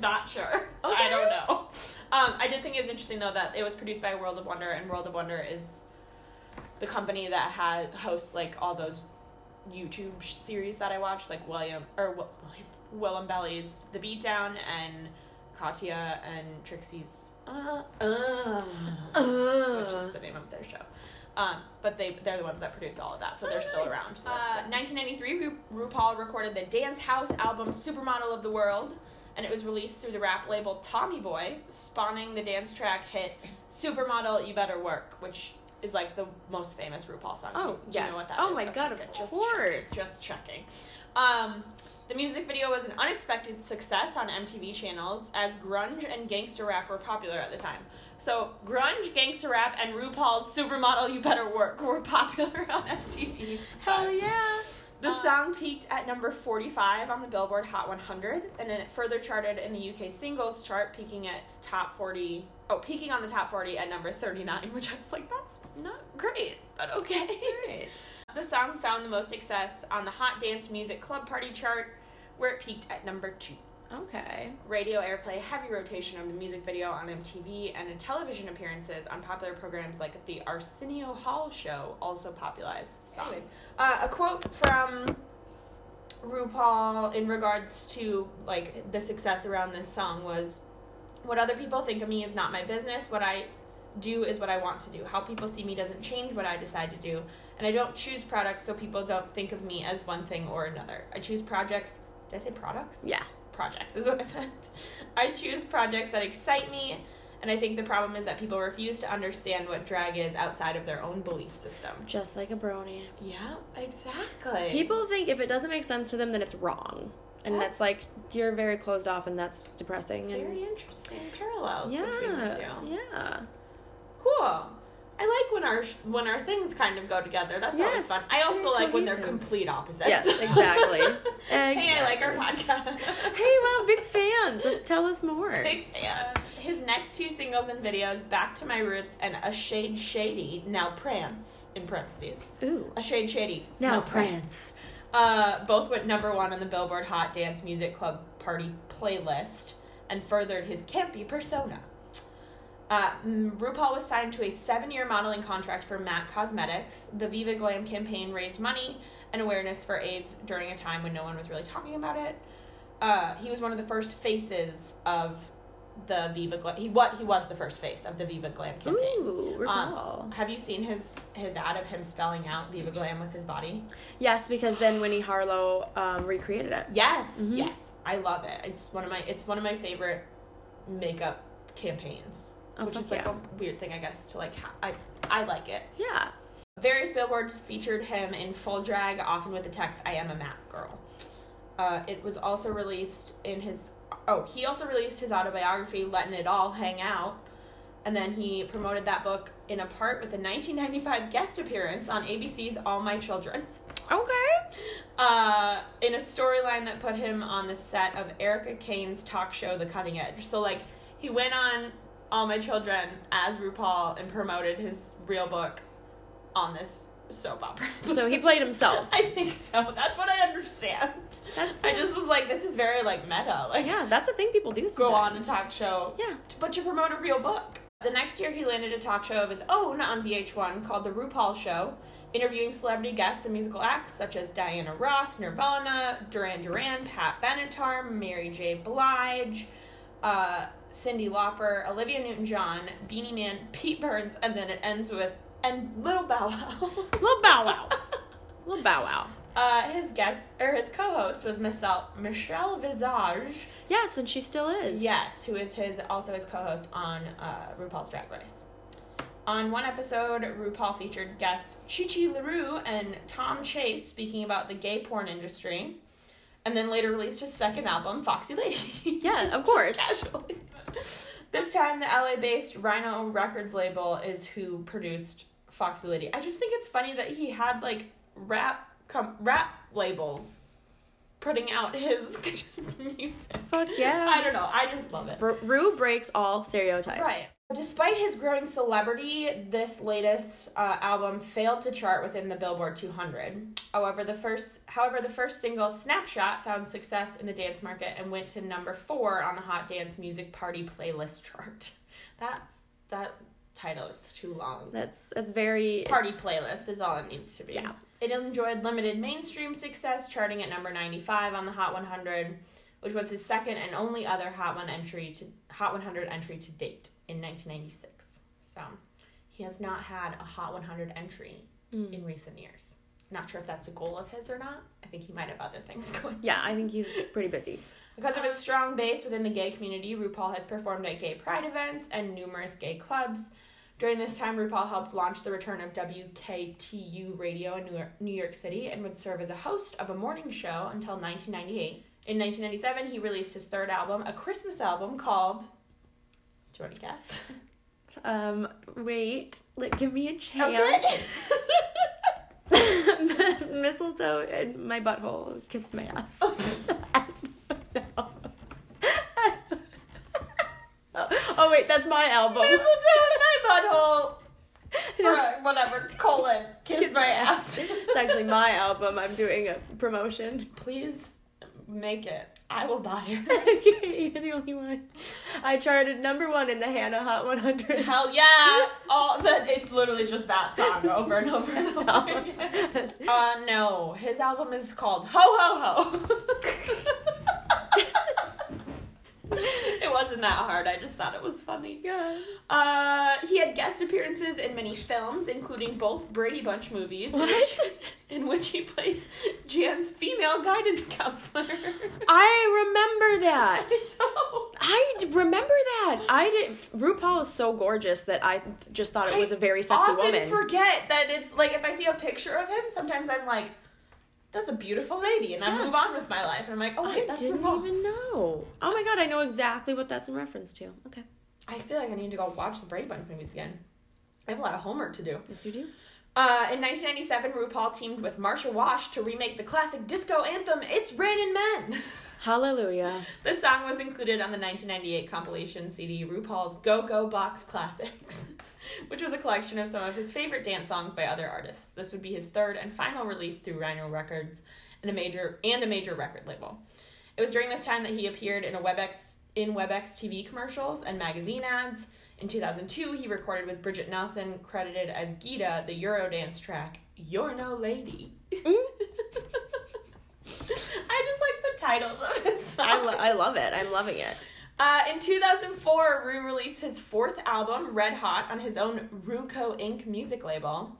Speaker 4: Not sure. I don't know. Um, I did think it was interesting though that it was produced by World of Wonder, and World of Wonder is the company that had hosts like all those YouTube sh- series that I watched, like William or Wi- William Willem Belly's The Beatdown and Katya and Trixie's uh, uh which is the name of their show. Um, but they they're the ones that produce all of that, so they're still around. So that's
Speaker 2: Uh,
Speaker 4: good. 1993, Ru- RuPaul recorded the Dance House album "Supermodel of the World," and it was released through the rap label Tommy Boy, spawning the dance track hit "Supermodel You Better Work," which is like the most famous RuPaul song. Do you-
Speaker 2: Oh,
Speaker 4: do you
Speaker 2: yes.
Speaker 4: know what that
Speaker 2: Oh
Speaker 4: is?
Speaker 2: my
Speaker 4: Okay,
Speaker 2: God, of
Speaker 4: good. just
Speaker 2: course.
Speaker 4: Checking, just checking. Um, the music video was an unexpected success on MTV channels as grunge and gangster rap were popular at the time. So, grunge, gangster rap, and RuPaul's Supermodel You Better Work were popular on MTV.
Speaker 2: Hell yeah. Um,
Speaker 4: The song peaked at number 45 on the Billboard Hot 100, and then it further charted in the UK singles chart, peaking at top 40. Oh, peaking on the top 40 at number 39, which I was like, that's not great, but okay.
Speaker 2: Great.
Speaker 4: The song found the most success on the Hot Dance Music Club Party chart, where it peaked at number two.
Speaker 2: Okay.
Speaker 4: Radio airplay, heavy rotation of the music video on MTV, and in television appearances on popular programs like The Arsenio Hall Show also popularized the song. Uh, a quote from RuPaul in regards to like the success around this song was, "What other people think of me is not my business. What I do is what I want to do. How people see me doesn't change what I decide to do, and I don't choose products so people don't think of me as one thing or another. I choose projects. Did I say products?
Speaker 2: Yeah.
Speaker 4: projects is what I meant. I choose projects that excite me, and I think the problem is that people refuse to understand what drag is outside of their own belief system.
Speaker 2: Just like a brony.
Speaker 4: Yeah, exactly.
Speaker 2: People think if it doesn't make sense to them, then it's wrong. And that's,
Speaker 4: That's-
Speaker 2: like, you're very closed off, and that's depressing. And
Speaker 4: very interesting parallels between the
Speaker 2: yeah.
Speaker 4: two.
Speaker 2: Yeah.
Speaker 4: Cool. I like when our sh- when our things kind of go together. That's always
Speaker 2: Yes,
Speaker 4: fun. I also
Speaker 2: very
Speaker 4: like when they're
Speaker 2: cohesive.
Speaker 4: complete opposites.
Speaker 2: Yes, exactly.
Speaker 4: Hey, I like our podcast.
Speaker 2: Hey, wow, big fans. Tell us more.
Speaker 4: Big fan. Um, His next two singles and videos, "Back to My Roots" and "A Shade Shady," now prance in parentheses.
Speaker 2: Ooh.
Speaker 4: A Shade Shady.
Speaker 2: Now
Speaker 4: no
Speaker 2: prance.
Speaker 4: Uh, both went number one on the Billboard Hot Dance Music Club Party playlist and furthered his campy persona. Uh, mm, RuPaul was signed to a seven year modeling contract for MAC Cosmetics. The Viva Glam campaign raised money and awareness for AIDS during a time when no one was really talking about it. Uh, he was one of the first faces of the Viva Glam. He, what, he was the first face of the Viva Glam campaign.
Speaker 2: Ooh, RuPaul.
Speaker 4: Um, have you seen his his ad of him spelling out Viva Glam with his body?
Speaker 2: yes, because then Winnie Harlow um, recreated it.
Speaker 4: Yes,
Speaker 2: Mhm.
Speaker 4: yes, I love it. It's one of my it's one of my favorite makeup campaigns,
Speaker 2: Oh,
Speaker 4: which
Speaker 2: fuck
Speaker 4: is like
Speaker 2: yeah.
Speaker 4: a weird thing, I guess. To like, ha- I I like it.
Speaker 2: yeah.
Speaker 4: Various billboards featured him in full drag, often with the text "I am a map girl." Uh, it was also released in his oh he also released his autobiography "Letting It All Hang Out," and then he promoted that book in a part with a 1995 guest appearance on ABC's "All My Children."
Speaker 2: Okay.
Speaker 4: uh, in a storyline that put him on the set of Erica Kane's talk show, The Cutting Edge. So, like, he went on All My Children as RuPaul and promoted his real book on this soap opera.
Speaker 2: So he played himself.
Speaker 4: I think so. That's what I understand.
Speaker 2: Oh. That's
Speaker 4: I just was like, this is very, like, meta. Like,
Speaker 2: Yeah, that's a thing people do sometimes.
Speaker 4: go on a talk show
Speaker 2: Yeah.
Speaker 4: but to promote a real book. The next year, he landed a talk show of his own on VH1 called The RuPaul Show, interviewing celebrity guests and musical acts such as Diana Ross, Nirvana, Duran Duran, Pat Benatar, Mary J. Blige, uh, Cindy Lauper, Olivia Newton John, Beanie Man, Pete Burns, and then it ends with, and Little Bow Wow.
Speaker 2: Little Bow Wow. Little Bow Wow.
Speaker 4: uh, his guest, or his co host, was Michelle, Michelle Visage.
Speaker 2: Yes, and she still is.
Speaker 4: Yes, who is his also his co-host on uh, RuPaul's Drag Race. On one episode, RuPaul featured guests Chichi LaRue and Tom Chase speaking about the gay porn industry, and then later released his second album, Foxy Lady.
Speaker 2: Yeah,
Speaker 4: Just
Speaker 2: of course.
Speaker 4: casually. This time, the LA-based Rhino Records label is who produced Foxy Lady. I just think it's funny that he had like rap com- rap labels putting out his music.
Speaker 2: Fuck yeah.
Speaker 4: I don't know. I just love it.
Speaker 2: Br- Rue breaks all stereotypes.
Speaker 4: Right. Despite his growing celebrity, this latest uh, album failed to chart within the Billboard 200. However, the first, however, the first single, "Snapshot," found success in the dance market and went to number four on the Hot Dance Music Party playlist chart. That's that title is too long.
Speaker 2: That's that's very
Speaker 4: Party
Speaker 2: it's-
Speaker 4: playlist is all it needs to be.
Speaker 2: Yeah.
Speaker 4: It enjoyed limited mainstream success, charting at number 95 on the Hot 100, which was his second and only other Hot 1 entry to Hot 100 entry to date in 1996. So, he has not had a Hot 100 entry
Speaker 2: Mm.
Speaker 4: in recent years. Not sure if that's a goal of his or not. I think he might have other things going.
Speaker 2: Yeah, I think he's pretty busy.
Speaker 4: Because of his strong base within the gay community, RuPaul has performed at gay pride events and numerous gay clubs. During this time, RuPaul helped launch the return of WKTU radio in New York, New York City and would serve as a host of a morning show until 1998. In 1997, he released his third album, a Christmas album called. Do you want to guess?
Speaker 2: Um, wait, like, give me a
Speaker 4: Okay.
Speaker 2: chance. Mistletoe in my butthole kissed my ass. I don't know. oh wait, that's my album.
Speaker 4: Mistletoe in my butthole. Or whatever, colon, kiss,
Speaker 2: Kiss
Speaker 4: my,
Speaker 2: my
Speaker 4: ass.
Speaker 2: It's actually my album. I'm doing a promotion.
Speaker 4: Please make it. I will buy it.
Speaker 2: okay, you're the only one. I charted number one in the Hannah Hot 100.
Speaker 4: Hell yeah! All that it's literally just that song over and over and over. again. Uh, no, his album is called Ho Ho Ho. it wasn't that hard. I just thought it was funny.
Speaker 2: yeah.
Speaker 4: Uh, he had guest appearances in many films, including both Brady Bunch movies, in which,
Speaker 2: What?
Speaker 4: in which he played Jan's female guidance counselor.
Speaker 2: I remember that.
Speaker 4: so,
Speaker 2: I d- remember that. I did. RuPaul is so gorgeous that I just thought it was a very sexy
Speaker 4: often
Speaker 2: woman.
Speaker 4: forget that it's like if I see a picture of him, sometimes I'm like, "That's a beautiful lady," and I move on with my life. And I'm like, "Oh wait,
Speaker 2: I
Speaker 4: that's
Speaker 2: didn't
Speaker 4: RuPaul."
Speaker 2: even know. Oh my god, I know exactly what that's in reference to. Okay,
Speaker 4: I feel like I need to go watch the Brady Bunch movies again. I have a lot of homework to do.
Speaker 2: yes you do.
Speaker 4: Uh, in 1997, RuPaul teamed with Marsha Wash to remake the classic disco anthem "It's Raining Men."
Speaker 2: Hallelujah.
Speaker 4: the song was included on the 1998 compilation CD RuPaul's Go Go Box Classics, which was a collection of some of his favorite dance songs by other artists. This would be his third and final release through Rhino Records and a major and a major record label. It was during this time that he appeared in a WebEx in WebEx TV commercials and magazine ads. In 2002, he recorded with Bridget Nelson, credited as Gita, the Eurodance track "You're No Lady."
Speaker 2: Mm.
Speaker 4: I just like the titles of his songs.
Speaker 2: I, lo- I love it. I'm loving it.
Speaker 4: Uh, in 2004, Rue released his fourth album, Red Hot, on his own Ruco Inc. music label.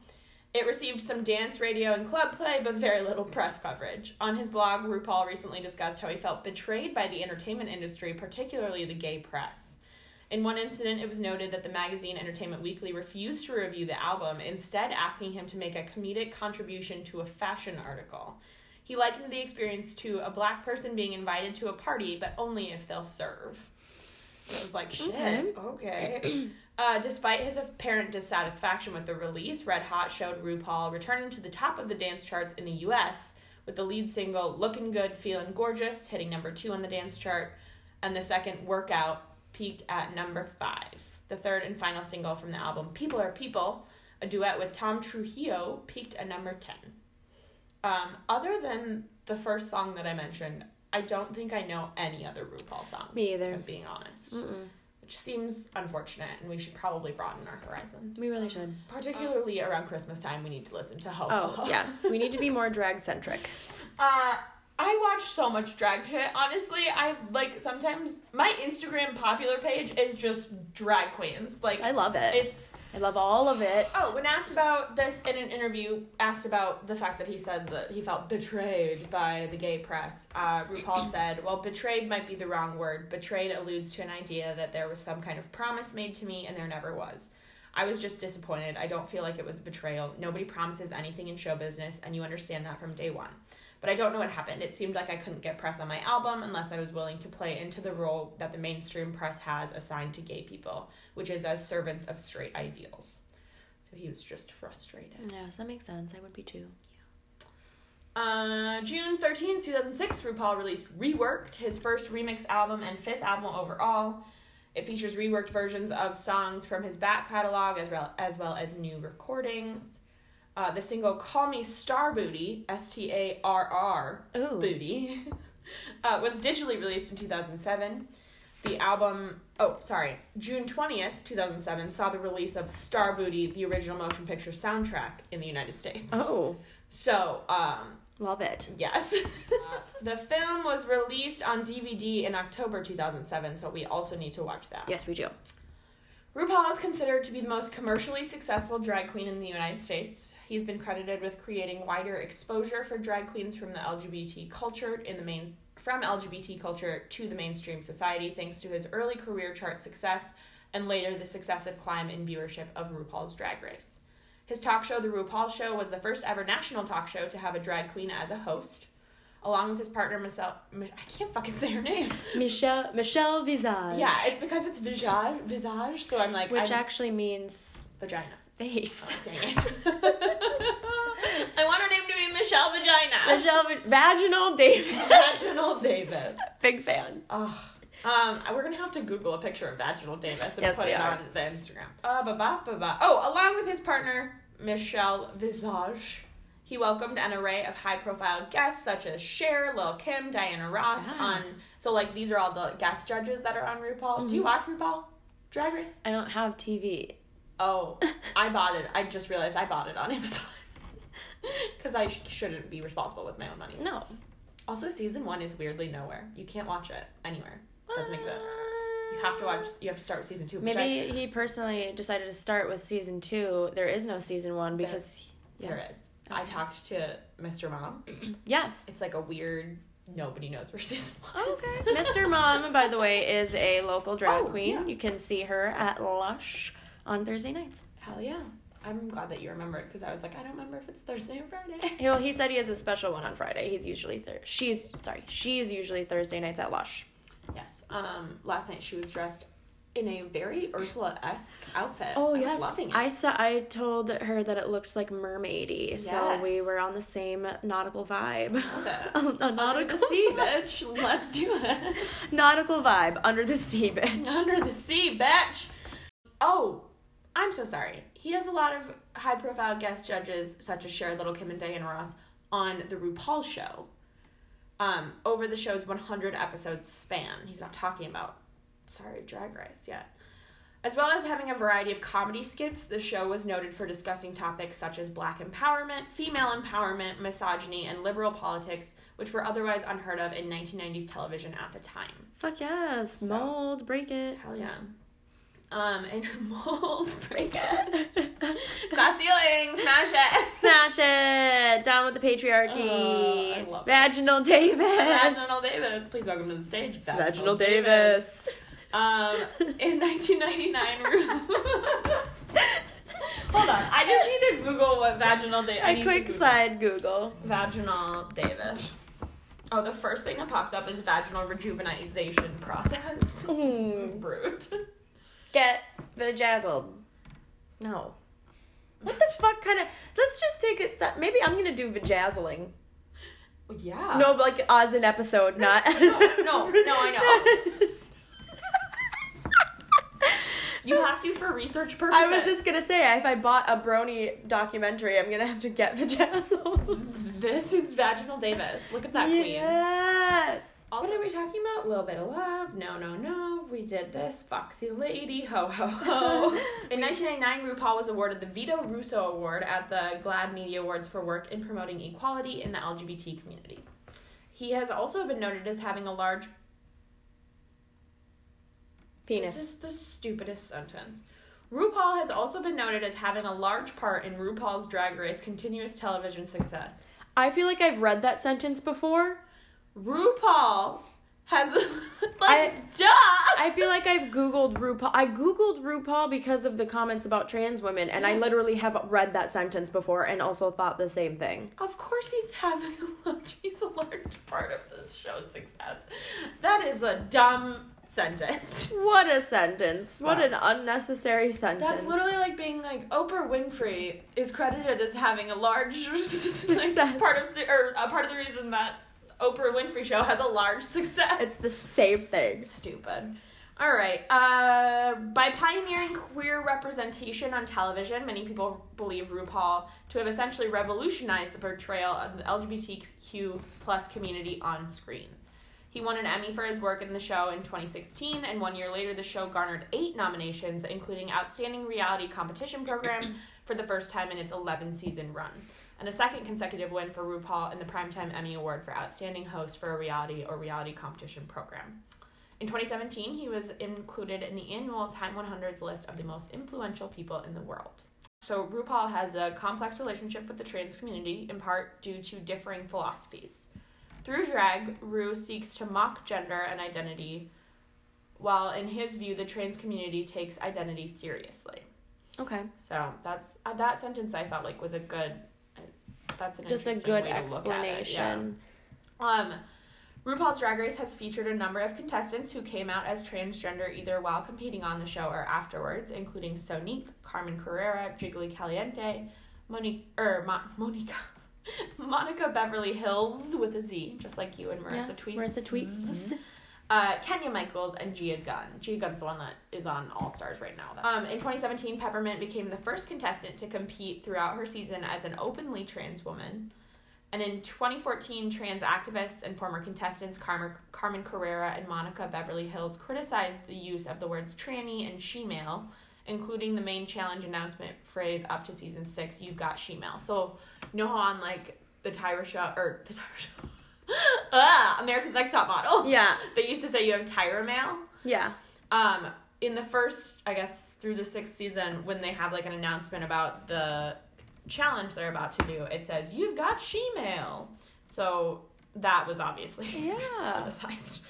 Speaker 4: It received some dance, radio, and club play, but very little press coverage. On his blog, RuPaul recently discussed how he felt betrayed by the entertainment industry, particularly the gay press. In one incident, it was noted that the magazine Entertainment Weekly refused to review the album, instead, asking him to make a comedic contribution to a fashion article. He likened the experience to a black person being invited to a party, but only if they'll serve. It was like, shit, okay.
Speaker 2: Okay.
Speaker 4: Uh, despite his apparent dissatisfaction with the release, Red Hot showed RuPaul returning to the top of the dance charts in the US with the lead single Looking Good, Feeling Gorgeous hitting number two on the dance chart, and the second Workout peaked at number five. The third and final single from the album People Are People, a duet with Tom Trujillo, peaked at number 10. Um, other than the first song that I mentioned, I don't think I know any other RuPaul song.
Speaker 2: Me either. Mm.
Speaker 4: If I'm being honest. Which seems unfortunate, and we should probably broaden our horizons.
Speaker 2: We really should.
Speaker 4: Particularly around Christmas time, we need to listen to Ho Ho
Speaker 2: Oh
Speaker 4: Ho.
Speaker 2: yes, we need to be more drag centric.
Speaker 4: Uh, I watch so much drag shit. Honestly, I like sometimes my Instagram popular page is just drag queens. Like
Speaker 2: I love it.
Speaker 4: It's
Speaker 2: I love all of it.
Speaker 4: Oh, when asked about this in an interview, asked about the fact that he said that he felt betrayed by the gay press, uh, RuPaul said, Well, betrayed might be the wrong word. Betrayed alludes to an idea that there was some kind of promise made to me, and there never was. I was just disappointed. I don't feel like it was a betrayal. Nobody promises anything in show business, and you understand that from day one. But I don't know what happened. It seemed like I couldn't get press on my album unless I was willing to play into the role that the mainstream press has assigned to gay people, which is as servants of straight ideals. So he was just frustrated.
Speaker 2: Yes, that makes sense. I would be too.
Speaker 4: Uh, June 13, 2006, RuPaul released Reworked, his first remix album and fifth album overall. It features reworked versions of songs from his back catalog as well as, well as new recordings. Uh, the single Call Me Star Booty, S T A R R,
Speaker 2: Ooh.
Speaker 4: Booty, uh, was digitally released in 2007. The album, oh, sorry, June 20th, 2007, saw the release of Star Booty, the original motion picture soundtrack in the United States.
Speaker 2: Oh,
Speaker 4: So, um,
Speaker 2: love it.
Speaker 4: yes. Uh, the film was released on DVD in October 2007, so we also need to watch that.
Speaker 2: Yes, we do.
Speaker 4: RuPaul is considered to be the most commercially successful drag queen in the United States. He's been credited with creating wider exposure for drag queens from the LGBT culture in the main from LGBT culture to the mainstream society thanks to his early career chart success and later the successive climb in viewership of RuPaul's Drag Race. His talk show The RuPaul Show was the first ever national talk show to have a drag queen as a host. Along with his partner Michelle, I can't fucking say her name.
Speaker 2: Michelle Michelle Visage.
Speaker 4: Yeah, it's because it's visage, visage. So I'm like,
Speaker 2: which
Speaker 4: I'm-
Speaker 2: actually means
Speaker 4: vagina.
Speaker 2: face.
Speaker 4: Dang it. I want her name to be Michelle Vagina.
Speaker 2: Michelle Vi- Vaginal Davis.
Speaker 4: Vaginal Davis.
Speaker 2: Big fan.
Speaker 4: Oh. Um, we're gonna have to Google a picture of Vaginal Davis and
Speaker 2: Yes,
Speaker 4: put
Speaker 2: we
Speaker 4: it
Speaker 2: are.
Speaker 4: on the Instagram. Uh, ba ba ba ba. Oh, along with his partner Michelle Visage, he welcomed an array of high-profile guests such as Cher, Lil Kim, Diana Ross. On so like these are all the guest judges that are on RuPaul. Do you watch
Speaker 2: Mm-hmm.
Speaker 4: RuPaul Drag Race?
Speaker 2: I don't have TV.
Speaker 4: Oh, I bought it. I just realized I bought it on Amazon. Because I sh- shouldn't be responsible with my own money.
Speaker 2: No.
Speaker 4: Also, season one is weirdly nowhere. You can't watch it anywhere. It doesn't exist. You have to watch. You have to start with season two. which
Speaker 2: Uh, Maybe he personally decided to start with season two. There is no season one because
Speaker 4: I,
Speaker 2: yes.
Speaker 4: there is. I talked to Mr. Mom.
Speaker 2: Yes.
Speaker 4: It's like a weird. Nobody knows where season one. is.
Speaker 2: Oh, Okay. Mr. Mom, by the way, is a local drag
Speaker 4: Oh,
Speaker 2: queen.
Speaker 4: yeah.
Speaker 2: You can see her at Lush on Thursday nights.
Speaker 4: Hell yeah! I'm glad that you remembered because I was like, I don't remember if it's Thursday or Friday.
Speaker 2: Well, he said he has a special one on Friday. He's usually thir- she's sorry, she's usually Thursday nights at Lush.
Speaker 4: yes. Um. Last night she was dressed in a very Ursula esque outfit. I
Speaker 2: Oh
Speaker 4: was
Speaker 2: yes,
Speaker 4: loving it.
Speaker 2: I saw. I told her that it looked like mermaidy, so
Speaker 4: Yes.
Speaker 2: we were on the same nautical vibe.
Speaker 4: it.
Speaker 2: a
Speaker 4: Under the
Speaker 2: nautical
Speaker 4: sea, bitch. Let's do it.
Speaker 2: nautical vibe under the sea, bitch.
Speaker 4: Under the sea, bitch. Oh, I'm so sorry. He has a lot of high profile guest judges, such as Cher, Little Kim, and Diana Ross, on The RuPaul Show. Um, over the show's 100 episode span. He's not talking about, sorry, Drag Race yet. As well as having a variety of comedy skits, the show was noted for discussing topics such as black empowerment, female empowerment, misogyny, and liberal politics, which were otherwise unheard of in 1990s television at the time.
Speaker 2: Fuck yes, mold break it.
Speaker 4: Hell yeah. Um, and mold, break it. Glass ceiling, smash it.
Speaker 2: Smash it! Down with the
Speaker 4: Oh, I
Speaker 2: patriarchy.
Speaker 4: love it.
Speaker 2: Vaginal Davis.
Speaker 4: Vaginal Davis. Please welcome to the stage.
Speaker 2: Vaginal Davis.
Speaker 4: Um, in 1999, Ru- hold on, I just need to Google what vaginal Davis.
Speaker 2: A quick side Google.
Speaker 4: Vaginal Davis. Oh, the first thing that pops up is vaginal rejuvenization process.
Speaker 2: Mm,
Speaker 4: Brute.
Speaker 2: Get vajazzled. No. What the fuck kind of? Let's just take it. Maybe I'm gonna do vajazzling.
Speaker 4: Yeah.
Speaker 2: No, but like as an episode, not.
Speaker 4: Ah. no, no, I
Speaker 2: know.
Speaker 4: You have to for research purposes.
Speaker 2: I was just gonna say, if I bought a Brony documentary, I'm gonna have to get vajazzled.
Speaker 4: This is Vaginal Davis. Look at that queen.
Speaker 2: yes.
Speaker 4: Also, what are we talking about? Little bit of love. No, no, no. We did this. Foxy lady. Ho, ho, ho. in 1999, RuPaul was awarded the Vito Russo Award at the GLAAD Media Awards for work in promoting equality in the LGBT community. He has also been noted as having a large.
Speaker 2: Penis.
Speaker 4: This is the stupidest sentence. RuPaul has also been noted as having a large part in RuPaul's Drag Race continuous television success.
Speaker 2: I feel like I've read that sentence before.
Speaker 4: RuPaul has like
Speaker 2: I-
Speaker 4: duh.
Speaker 2: I feel like I've Googled RuPaul. I Googled RuPaul because of the comments about trans women, and I literally have read that sentence before and also thought the same thing.
Speaker 4: of course he's having a large he's a large part of this show's success. That is a dumb sentence.
Speaker 2: What a sentence. What an unnecessary sentence.
Speaker 4: That's literally like being like Oprah Winfrey is credited as having a large like,
Speaker 2: Success.
Speaker 4: part of su- or uh, part of the reason that Oprah Winfrey show has a large success.
Speaker 2: it's the same thing.
Speaker 4: Stupid. All right. Uh, by pioneering queer representation on television, many people believe RuPaul to have essentially revolutionized the portrayal of the LGBTQ plus community on screen. He won an Emmy for his work in the show in 2016, and one year later, the show garnered eight nominations, including Outstanding Reality Competition Program for the first time in its 11 season run, and a second consecutive win for RuPaul in the Primetime Emmy Award for Outstanding Host for a Reality or Reality Competition Program. In 2017, he was included in the annual Time 100's list of the most influential people in the world. So, RuPaul has a complex relationship with the trans community, in part due to differing philosophies. Through drag, Ru seeks to mock gender and identity, while in his view, the trans community takes identity seriously.
Speaker 2: Okay.
Speaker 4: So, that's uh, that sentence I felt like was a good. uh, That's an
Speaker 2: Just a
Speaker 4: interesting
Speaker 2: good
Speaker 4: way to look at it, yeah.
Speaker 2: explanation.
Speaker 4: Um, RuPaul's Drag Race has featured a number of contestants who came out as transgender either while competing on the show or afterwards, including Sonique, Carmen Carrera, Jiggly Caliente, Monique, or Mo- Monica, Monica Beverly Hills with a Z, just like you and Marissa
Speaker 2: Yes,
Speaker 4: Tweet.
Speaker 2: Marissa Tweet.
Speaker 4: Uh, Kenya Michaels and Gia Gunn. Gia Gunn's the one that is on All Stars right now. Um, in 2017, Peppermint became the first contestant to compete throughout her season as an openly trans woman. And in 2014, trans activists and former contestants Carmen, Carmen Carrera and Monica Beverly Hills criticized the use of the words tranny and she-male, including the main challenge announcement phrase up to season six, you've got she-male. So, you know how on like the Tyra show, or the Tyra show, ah, America's Next Top Model?
Speaker 2: Yeah.
Speaker 4: They used to say you have Tyra male.
Speaker 2: Yeah.
Speaker 4: Um, in the first, I guess, through the sixth season, when they have like an announcement about the challenge they're about to do, it says you've got shemale. So that was obviously
Speaker 2: Yeah.
Speaker 4: politicized.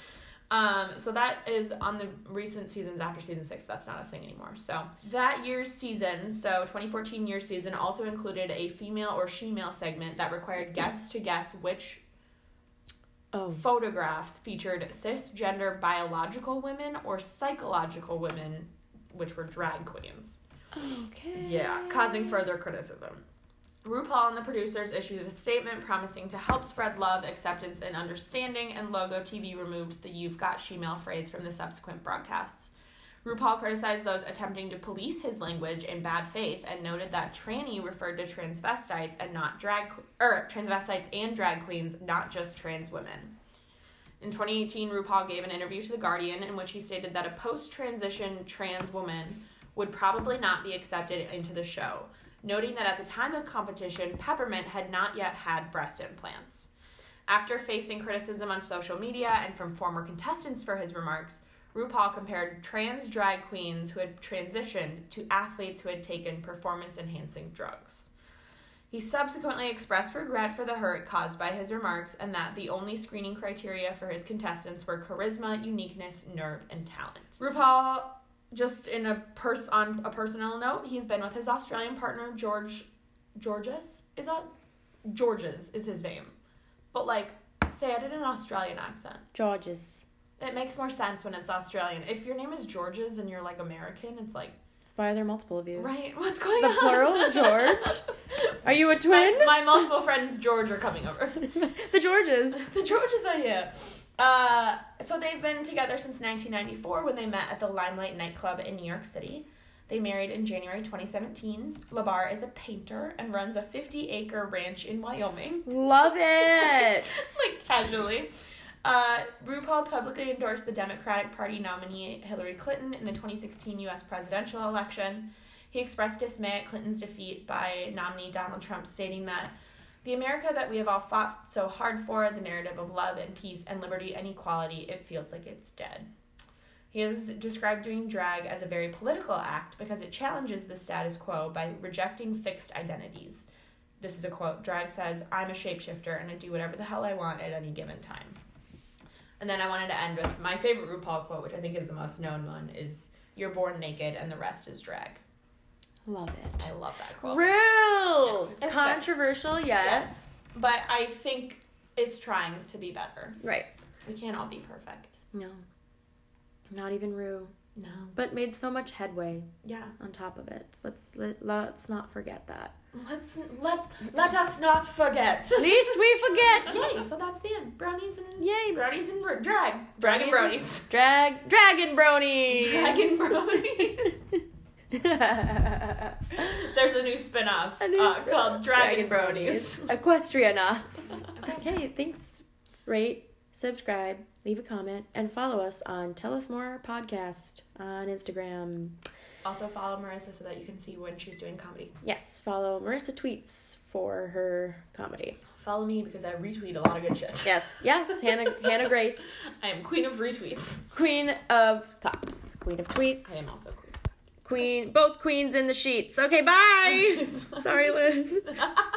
Speaker 4: Um, so that is on the recent seasons after season six. That's not a thing anymore. So that year's season, so 2014 year season, also included a female or she-male segment that required guests to guess which
Speaker 2: Oh.
Speaker 4: photographs featured cisgender biological women or psychological women, which were drag queens.
Speaker 2: Okay.
Speaker 4: Yeah, causing further criticism. RuPaul and the producers issued a statement promising to help spread love, acceptance, and understanding, and Logo TV removed the You've Got Shemale phrase from the subsequent broadcasts. RuPaul criticized those attempting to police his language in bad faith and noted that tranny referred to transvestites and not drag or transvestites and drag queens, not just trans women. In 2018, RuPaul gave an interview to The Guardian in which he stated that a post transition trans woman would probably not be accepted into the show, noting that at the time of competition, Peppermint had not yet had breast implants. After facing criticism on social media and from former contestants for his remarks, RuPaul compared trans drag queens who had transitioned to athletes who had taken performance enhancing drugs. He subsequently expressed regret for the hurt caused by his remarks and that the only screening criteria for his contestants were charisma, uniqueness, nerve, and talent. RuPaul, just in a pers- on a personal note, he's been with his Australian partner George Georges is that Georges is his name. But like say it in an Australian accent.
Speaker 2: George's.
Speaker 4: It makes more sense when it's Australian. If your name is Georges and you're like American, it's like,
Speaker 2: It's why there are multiple of you.
Speaker 4: right, what's going
Speaker 2: The
Speaker 4: on?
Speaker 2: plural of George? Are you a twin?
Speaker 4: My, my multiple friends George are coming over.
Speaker 2: the Georges.
Speaker 4: the Georges are here. Uh, so they've been together since 1994 when they met at the Limelight nightclub in New York City. They married in January 2017. Labar is a painter and runs a 50-acre ranch in Wyoming.
Speaker 2: Love it.
Speaker 4: like casually. Uh, RuPaul publicly endorsed the Democratic Party nominee Hillary Clinton in the 2016 U.S. presidential election. He expressed dismay at Clinton's defeat by nominee Donald Trump, stating that the America that we have all fought so hard for, the narrative of love and peace and liberty and equality, it feels like it's dead. He has described doing drag as a very political act because it challenges the status quo by rejecting fixed identities this is a quote drag says i'm a shapeshifter and i do whatever the hell i want at any given time and then i wanted to end with my favorite rupaul quote which i think is the most known one is you're born naked and the rest is drag
Speaker 2: Love it.
Speaker 4: i love that quote
Speaker 2: Real
Speaker 4: Yeah.
Speaker 2: controversial, yes.
Speaker 4: Yes. but i think it's trying to be better
Speaker 2: Right.
Speaker 4: we can't all be perfect
Speaker 2: No. Not even Rue,
Speaker 4: no
Speaker 2: but made so much headway
Speaker 4: yeah
Speaker 2: on top of it. So let's let, let's not forget that.
Speaker 4: let's let let us not forget
Speaker 2: Least we forget.
Speaker 4: yay so that's the end brownies and
Speaker 2: Yay,
Speaker 4: brownies and bro- drag dragon
Speaker 2: Brownies
Speaker 4: brownies.
Speaker 2: Drag Dragon Brony.
Speaker 4: Dragon brownies. There's a new spin-off
Speaker 2: A new
Speaker 4: uh,
Speaker 2: spin-off.
Speaker 4: called Dragon, brownies.
Speaker 2: Equestria knots. okay, thanks. Rate, subscribe, leave a comment, and follow us on Tell Us More Podcast on Instagram.
Speaker 4: Also follow Marissa so that you can see when she's doing comedy.
Speaker 2: Yes, follow Marissa Tweets for her comedy.
Speaker 4: Follow me because I retweet a lot of good shit.
Speaker 2: Yes, yes, Hannah Hannah Grace,
Speaker 4: I am queen of retweets.
Speaker 2: Queen of Cups, Queen of Tweets.
Speaker 4: I am also queen.
Speaker 2: Queen, both queens in the sheets. Okay, bye. Sorry, Liz.
Speaker 4: Sorry, Liz.